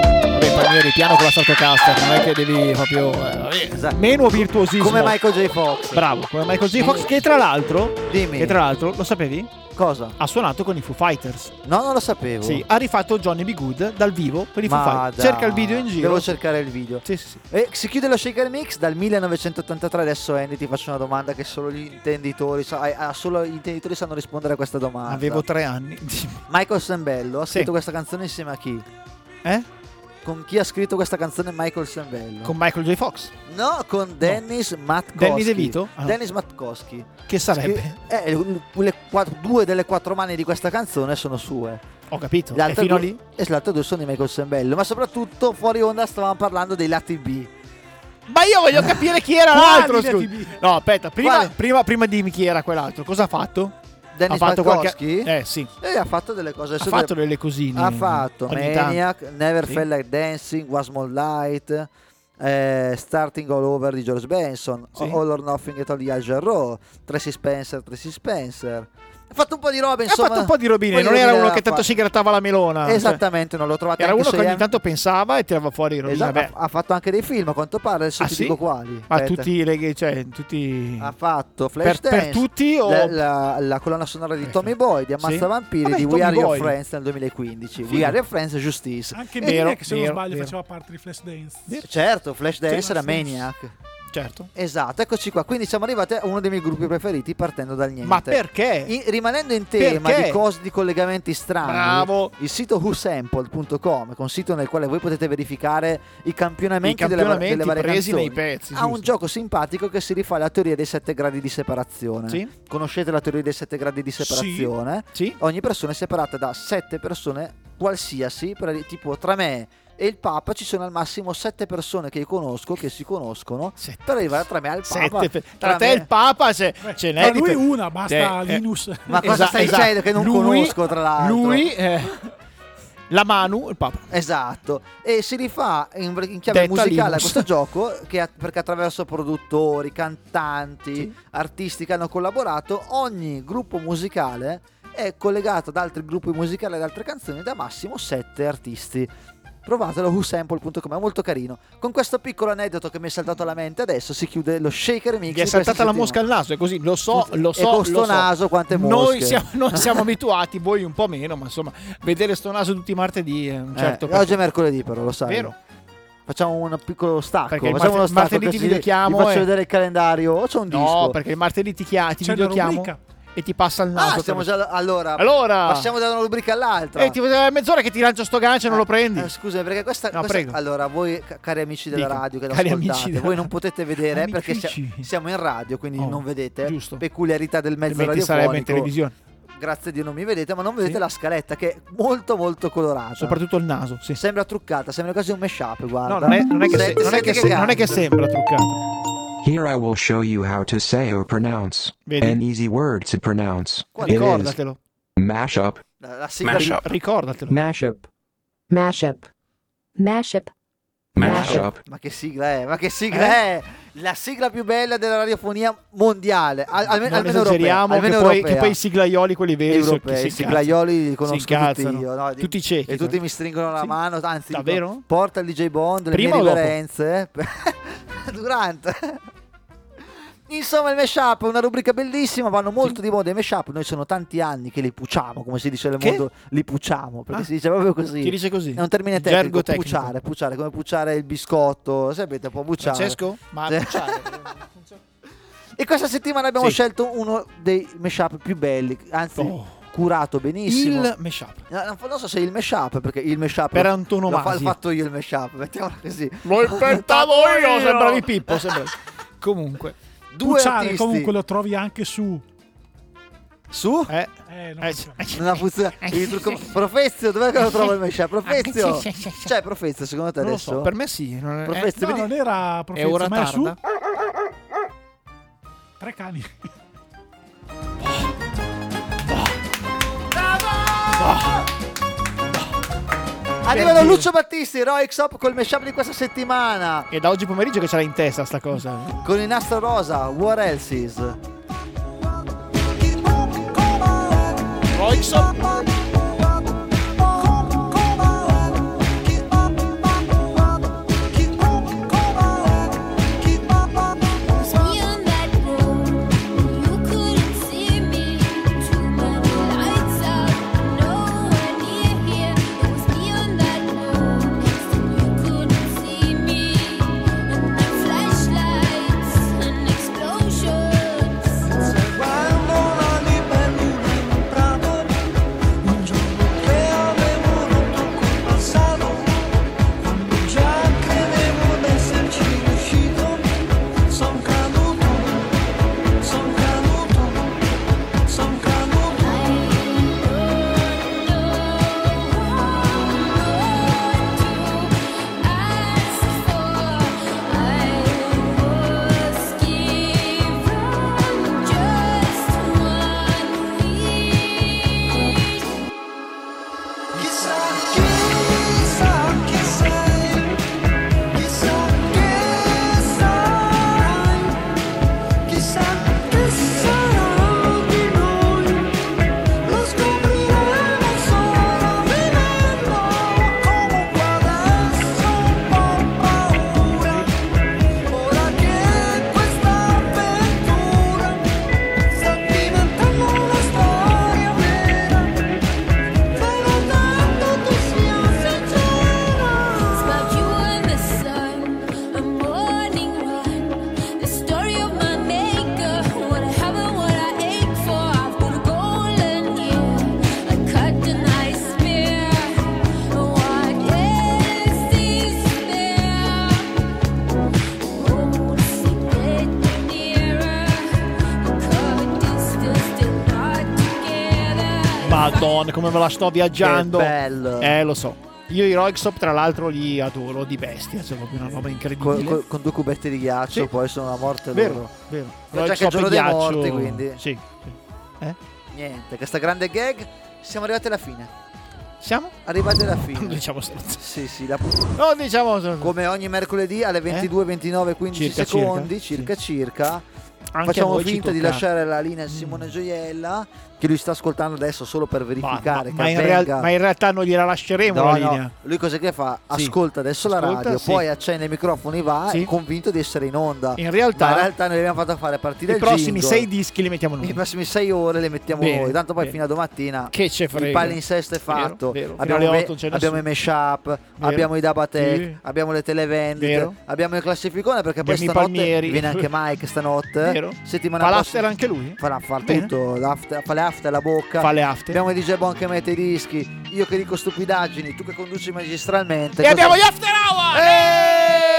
S3: la Stratocaster, non è che devi proprio... eh, vabbè. Meno virtuosismo.
S4: Esatto. Come Michael J. Fox. Mm.
S3: Bravo, come Michael J. Fox che tra l'altro...
S4: Dimmi.
S3: Che tra l'altro, lo sapevi?
S4: Cosa?
S3: Ha suonato con i Foo Fighters.
S4: No, non lo sapevo.
S3: Sì, ha rifatto Johnny B. Good dal vivo per i Foo
S4: Ma
S3: Fighters.
S4: dai,
S3: Cerca il video in giro.
S4: Devo cercare il video.
S3: Sì, sì, sì.
S4: E si chiude lo Shaker Mix dal 1983. Adesso Andy ti faccio una domanda che solo gli intenditori, sa- ai- ah, solo gli intenditori sanno rispondere a questa domanda.
S3: Avevo tre anni.
S4: Michael Sembello ha scritto questa canzone insieme a chi?
S3: Eh?
S4: Con chi ha scritto questa canzone Michael Sembello?
S3: Con Michael J. Fox.
S4: No, con Dennis Matkowski.
S3: Danny DeVito? Ah, no.
S4: Dennis Matkowski.
S3: Che sarebbe?
S4: Scri- eh, le- le quattro- due delle quattro mani di questa canzone sono sue.
S3: Ho capito.
S4: Le
S3: E
S4: altre
S3: fino
S4: due-
S3: lì?
S4: E le altre due sono di Michael Sembello. Ma soprattutto fuori onda stavamo parlando dei lati B.
S3: Ma io voglio capire chi era
S4: Quali
S3: l'altro.
S4: le
S3: scusa.
S4: ATB?
S3: No, aspetta, prima,
S4: Quale?
S3: prima, prima dimmi chi era quell'altro. Cosa ha fatto?
S4: Dennis
S3: ha fatto qualche-
S4: Matkowski?
S3: Eh sì.
S4: E ha fatto delle cose
S3: Ha
S4: adesso
S3: fatto
S4: delle-
S3: delle cosine.
S4: Ha fatto
S3: ogni tanto.
S4: Maniac, Never
S3: Sì.
S4: Felt Like Dancing, Was More Light, eh, Starting All Over di George Benson,
S3: Sì.
S4: All or Nothing at All di Al Jarreau, Tracy Spencer, Tracy Spencer. Ha fatto un po' di roba,
S3: ha
S4: insomma.
S3: fatto un po' di robine.
S4: poi
S3: Non era
S4: rovinava
S3: uno che tanto
S4: qua.
S3: si grattava la melona. cioè.
S4: Esattamente, non l'ho trovato
S3: era
S4: anche
S3: uno
S4: se
S3: che ogni
S4: è-
S3: tanto pensava e tirava fuori i robini.
S4: Esatto,
S3: Vabbè.
S4: ha ha fatto anche dei film, a quanto pare, adesso
S3: Ah,
S4: ti
S3: sì?
S4: dico quali.
S3: Ma
S4: Aspetta.
S3: tutti, le- cioè, tutti...
S4: Ha fatto
S3: Per,
S4: Flash
S3: per
S4: Dance,
S3: tutti o... Eh.
S4: la, la- la colonna sonora di Tommy Boy, di Ammazza
S3: Sì.
S4: Vampiri,
S3: Vabbè,
S4: di
S3: Tommy
S4: We Are Your
S3: Boy.
S4: Friends nel 2015.
S3: Figo.
S4: We Are Your Friends Justice.
S6: Anche
S4: E-
S6: Maniac, se non sbaglio, faceva parte di Flash Dance.
S4: Certo, Flash Dance
S6: Sì,
S4: era
S6: sì.
S4: Maniac.
S3: Certo.
S4: Esatto, eccoci qua. Quindi siamo arrivati a uno dei miei gruppi preferiti partendo dal niente.
S3: Ma perché?
S4: I- rimanendo in tema
S3: Perché?
S4: di cose di collegamenti strani,
S3: Bravo.
S4: il sito whosampled.com, che è un sito nel quale voi potete verificare i campionamenti,
S3: I
S4: delle va-
S3: campionamenti
S4: delle, varie
S3: presi
S4: canzoni,
S3: nei pezzi,
S4: ha un
S3: giusto.
S4: gioco simpatico che si rifà alla teoria dei 7 gradi di separazione.
S3: Sì.
S4: Conoscete la teoria dei 7 gradi di
S3: Sì.
S4: separazione?
S3: Sì.
S4: Ogni persona è separata da 7 persone qualsiasi, per- tipo tra me e il Papa ci sono al massimo 7 persone che io conosco, che si conoscono, per arrivare tra me e il Papa.
S3: Sette- tra te e
S4: me-
S3: il Papa ce, ce n'è
S6: Ma
S3: di
S6: lui
S3: pe-
S6: una, basta
S3: Te- eh. esatto.
S6: Linus.
S4: Ma cosa stai dicendo che non conosco, tra l'altro?
S3: Lui, eh, la Manu, il Papa.
S4: Esatto, e si rifà in, in chiave
S3: Detta
S4: musicale a
S3: Linux.
S4: questo gioco che a- perché attraverso produttori, cantanti, artisti che hanno collaborato, ogni gruppo musicale è collegato ad altri gruppi musicali ad altre canzoni da massimo 7 artisti. Provatelo whosample.com, è molto carino. Con questo piccolo aneddoto che mi è saltato alla mente adesso si chiude lo shaker mix.
S3: Gli è
S4: di questa
S3: saltata la
S4: settimana.
S3: mosca al naso, è così, lo so, lo
S4: E
S3: so.
S4: con sto
S3: lo so.
S4: naso quante
S3: Noi
S4: mosche.
S3: siamo, noi siamo abituati, voi un po' meno, ma insomma, vedere sto naso tutti i martedì è un
S4: Eh,
S3: certo
S4: oggi è mercoledì però, lo sai.
S3: Vero.
S4: Facciamo un piccolo stacco.
S3: Perché il
S4: Facciamo
S3: marte-
S4: uno stacco
S3: martedì
S4: che
S3: ti
S4: ci-
S3: videochiamo
S4: Ti faccio
S3: e-
S4: vedere il calendario. O c'è un disco?
S3: No, perché il martedì ti, chia- ti
S4: C'è una
S3: videochiamo
S4: rubrica.
S3: e ti passa il naso.
S4: Ah, stiamo
S3: per-
S4: già. Allora,
S3: Allora.
S4: passiamo da una rubrica all'altra.
S3: Eh, ti è mezz'ora che ti lancio sto gancio e non lo prendi.
S4: Eh, scusa, perché questa,
S3: No,
S4: questa-
S3: prego.
S4: allora voi ca- cari amici della
S3: Dica,
S4: radio che
S3: cari amici
S4: ascoltate,
S3: della-
S4: voi non potete vedere eh, perché sia-
S3: Amici. Oh,
S4: siamo in radio, quindi non vedete
S3: giusto.
S4: peculiarità del mezzo
S3: Altrimenti sarebbe in
S4: radiofonico.
S3: televisione.
S4: Grazie a Dio non mi vedete, ma non vedete la scaletta che è molto molto colorata.
S3: Soprattutto il naso, sì.
S4: Sembra truccata, sembra quasi un mashup, guarda.
S3: No, non è, non è che, se-
S4: Senti-
S3: non è
S4: senti
S3: che se- non è che
S4: canta.
S3: sembra truccato.
S19: Here I will show you how to say or pronounce
S3: Vedi?
S19: an easy word to pronounce. It is
S3: Ricordatelo.
S19: mashup,
S4: La, la sigla
S19: Mashup.
S4: di-
S3: Ricordatelo.
S19: mashup,
S20: Mashup. Mashup.
S19: mashup.
S4: Ma che sigla è? Ma che sigla
S3: Eh?
S4: è? La sigla più bella della radiofonia mondiale, al- alme-
S3: Non
S4: almeno europea.
S3: esageriamo,
S4: Almeno
S3: che, poi,
S4: europea.
S3: che poi i siglaioli, quelli veri, so-
S4: Europei,
S3: che si
S4: i
S3: incazzano.
S4: siglaioli li conosco
S3: Si incazzano.
S4: tutti io, no? Di-
S3: Tutti i ciechi.
S4: E tutti mi stringono la
S3: Sì.
S4: mano, anzi, dicono,
S3: Davvero?
S4: porta il DJ Bond, le
S3: Prima
S4: mie
S3: o dopo?
S4: reverenze. Durante. Insomma, il mashup è una rubrica bellissima, vanno molto di moda i mashup. Noi sono tanti anni che li pucciamo, come si dice nel
S3: Che?
S4: mondo, li pucciamo, perché
S3: Ah.
S4: si dice proprio così.
S3: Si dice così?
S4: È un termine tecnico,
S3: Gergo tecnico.
S4: pucciare, pucciare, come pucciare il biscotto, sapete, può pucciare. Cioè,
S3: Francesco? Ma
S4: Sì.
S3: pucciare.
S4: E questa settimana abbiamo
S3: Sì.
S4: scelto uno dei mashup più belli, anzi
S3: Oh.
S4: curato benissimo.
S3: Il mashup.
S4: No, non, non so se il mashup, perché il mashup...
S3: Per
S4: L'ho fa-
S3: antonomasia.
S4: l'ho fatto io il mashup, mettiamola così.
S3: L'ho inventato io,
S4: io!
S3: sembravi Pippo. sembra- Comunque.
S4: Due
S6: Pucciare,
S4: artisti.
S6: comunque lo trovi anche su.
S4: Su?
S3: Eh,
S6: non
S4: Non ha funzionato. Il trucco... Profezio, dov'è che lo trovo il mashup? Profezio!
S3: Ah, Sì, sì, sì, sì.
S4: Cioè, Profezio, secondo te
S3: Non lo
S4: adesso?
S3: so, per me sì. Eh, Non è...
S4: Profezio,
S6: No,
S4: vedi-
S6: non era
S3: È
S6: Profezio,
S3: ora
S6: ma era su
S3: tarda.
S6: tre cani.
S4: Arrivano
S3: Per dire.
S4: Lucio Battisti, Roix Up col mashup di questa settimana.
S3: E da oggi pomeriggio che ce l'hai in testa sta cosa.
S4: Con il nastro rosa, What Else Is?
S3: Madonna, come me la sto viaggiando.
S4: Che bello.
S3: Eh, lo so. Io i Roixop, tra l'altro, li adoro di bestia. Sono proprio una roba incredibile.
S4: Con, con- con due cubetti di ghiaccio,
S3: Sì.
S4: poi sono a morte
S3: Vero,
S4: loro.
S3: vero.
S4: Ma Cioè, già
S3: Rock
S4: che è il
S3: Shop
S4: giorno
S3: e
S4: dei
S3: ghiaccio-
S4: morti, quindi.
S3: Sì. Eh?
S4: Niente, questa grande gag. Siamo arrivati alla fine.
S3: Siamo?
S4: Arrivati alla fine.
S3: diciamo
S4: Sì, sì, la...
S3: No, diciamo Eh?
S4: Come ogni mercoledì alle 22, 29, 15
S3: Circa,
S4: secondi,
S3: circa,
S4: circa circa.
S3: Anche a
S4: Facciamo
S3: voi ci
S4: finta di
S3: tocca. Mm.
S4: lasciare la linea a Simone Gioiella, che lui sta ascoltando adesso solo per verificare.
S3: Ma
S4: che
S3: in, real-
S4: avvenga.
S3: ma in realtà non gliela lasceremo
S4: No,
S3: la
S4: no,
S3: linea.
S4: Lui cos'è che fa?
S3: Sì.
S4: Ascolta adesso la
S3: Ascolta,
S4: radio,
S3: sì.
S4: poi accende i microfoni, va,
S3: Sì.
S4: convinto di essere in onda.
S3: In realtà-
S4: Ma in realtà noi gli abbiamo fatto fare partire
S3: I
S4: il
S3: prossimi
S4: jingle.
S3: sei dischi li mettiamo noi.
S4: I prossimi sei ore le mettiamo
S3: Bene,
S4: noi, tanto poi
S3: bene.
S4: fino a domattina
S3: Che ce
S4: il
S3: frega.
S4: palinsesto è
S3: Vero,
S4: fatto.
S3: vero. Fino
S4: Abbiamo,
S3: alle
S4: ve-
S3: otto non c'è
S4: abbiamo i
S3: nessuno.
S4: mashup,
S3: Vero.
S4: abbiamo i Dabatec,
S3: Sì.
S4: abbiamo le televendite,
S3: Vero.
S4: abbiamo il classificone perché poi
S3: Abbiamo i
S4: stanotte
S3: palmieri.
S4: viene anche Mike stanotte.
S3: Vero.
S4: Settimana
S3: Fa
S4: prossima-
S3: l'after anche lui?
S4: Farà far
S3: Bene.
S4: tutto, l'after- fa le after alla bocca.
S3: Fa le after.
S4: Abbiamo il DJ Bon che mette i dischi, io che dico stupidaggini, tu che conduci magistralmente.
S3: E abbiamo gli
S4: Cosa-
S3: after hour! Eh!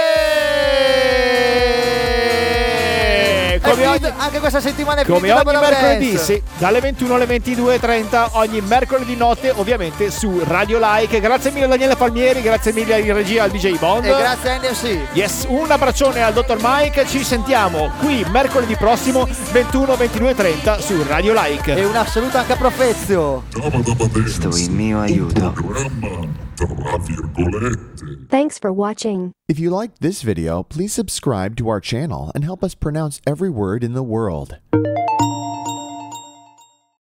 S4: È
S3: Come ogni,
S4: finito- anche questa settimana è
S3: come
S4: finita Eh, la
S3: ogni
S4: Brava
S3: mercoledì,
S4: Dance.
S3: sì, dalle 21 alle 22.30, ogni mercoledì notte, ovviamente su Radio Like. Grazie mille a Daniele Palmieri, grazie mille in regia al DJ Bond.
S4: E Eh, grazie a NFC.
S3: Yes, un abbraccione al dottor Mike, ci sentiamo qui mercoledì prossimo 21, 22 30 su Radio Like.
S4: E una saluta anche a Profezio.
S19: Sto in mio aiuto.
S21: Thanks for watching.
S17: If you liked this video, please subscribe to our channel and help us pronounce every word in the world.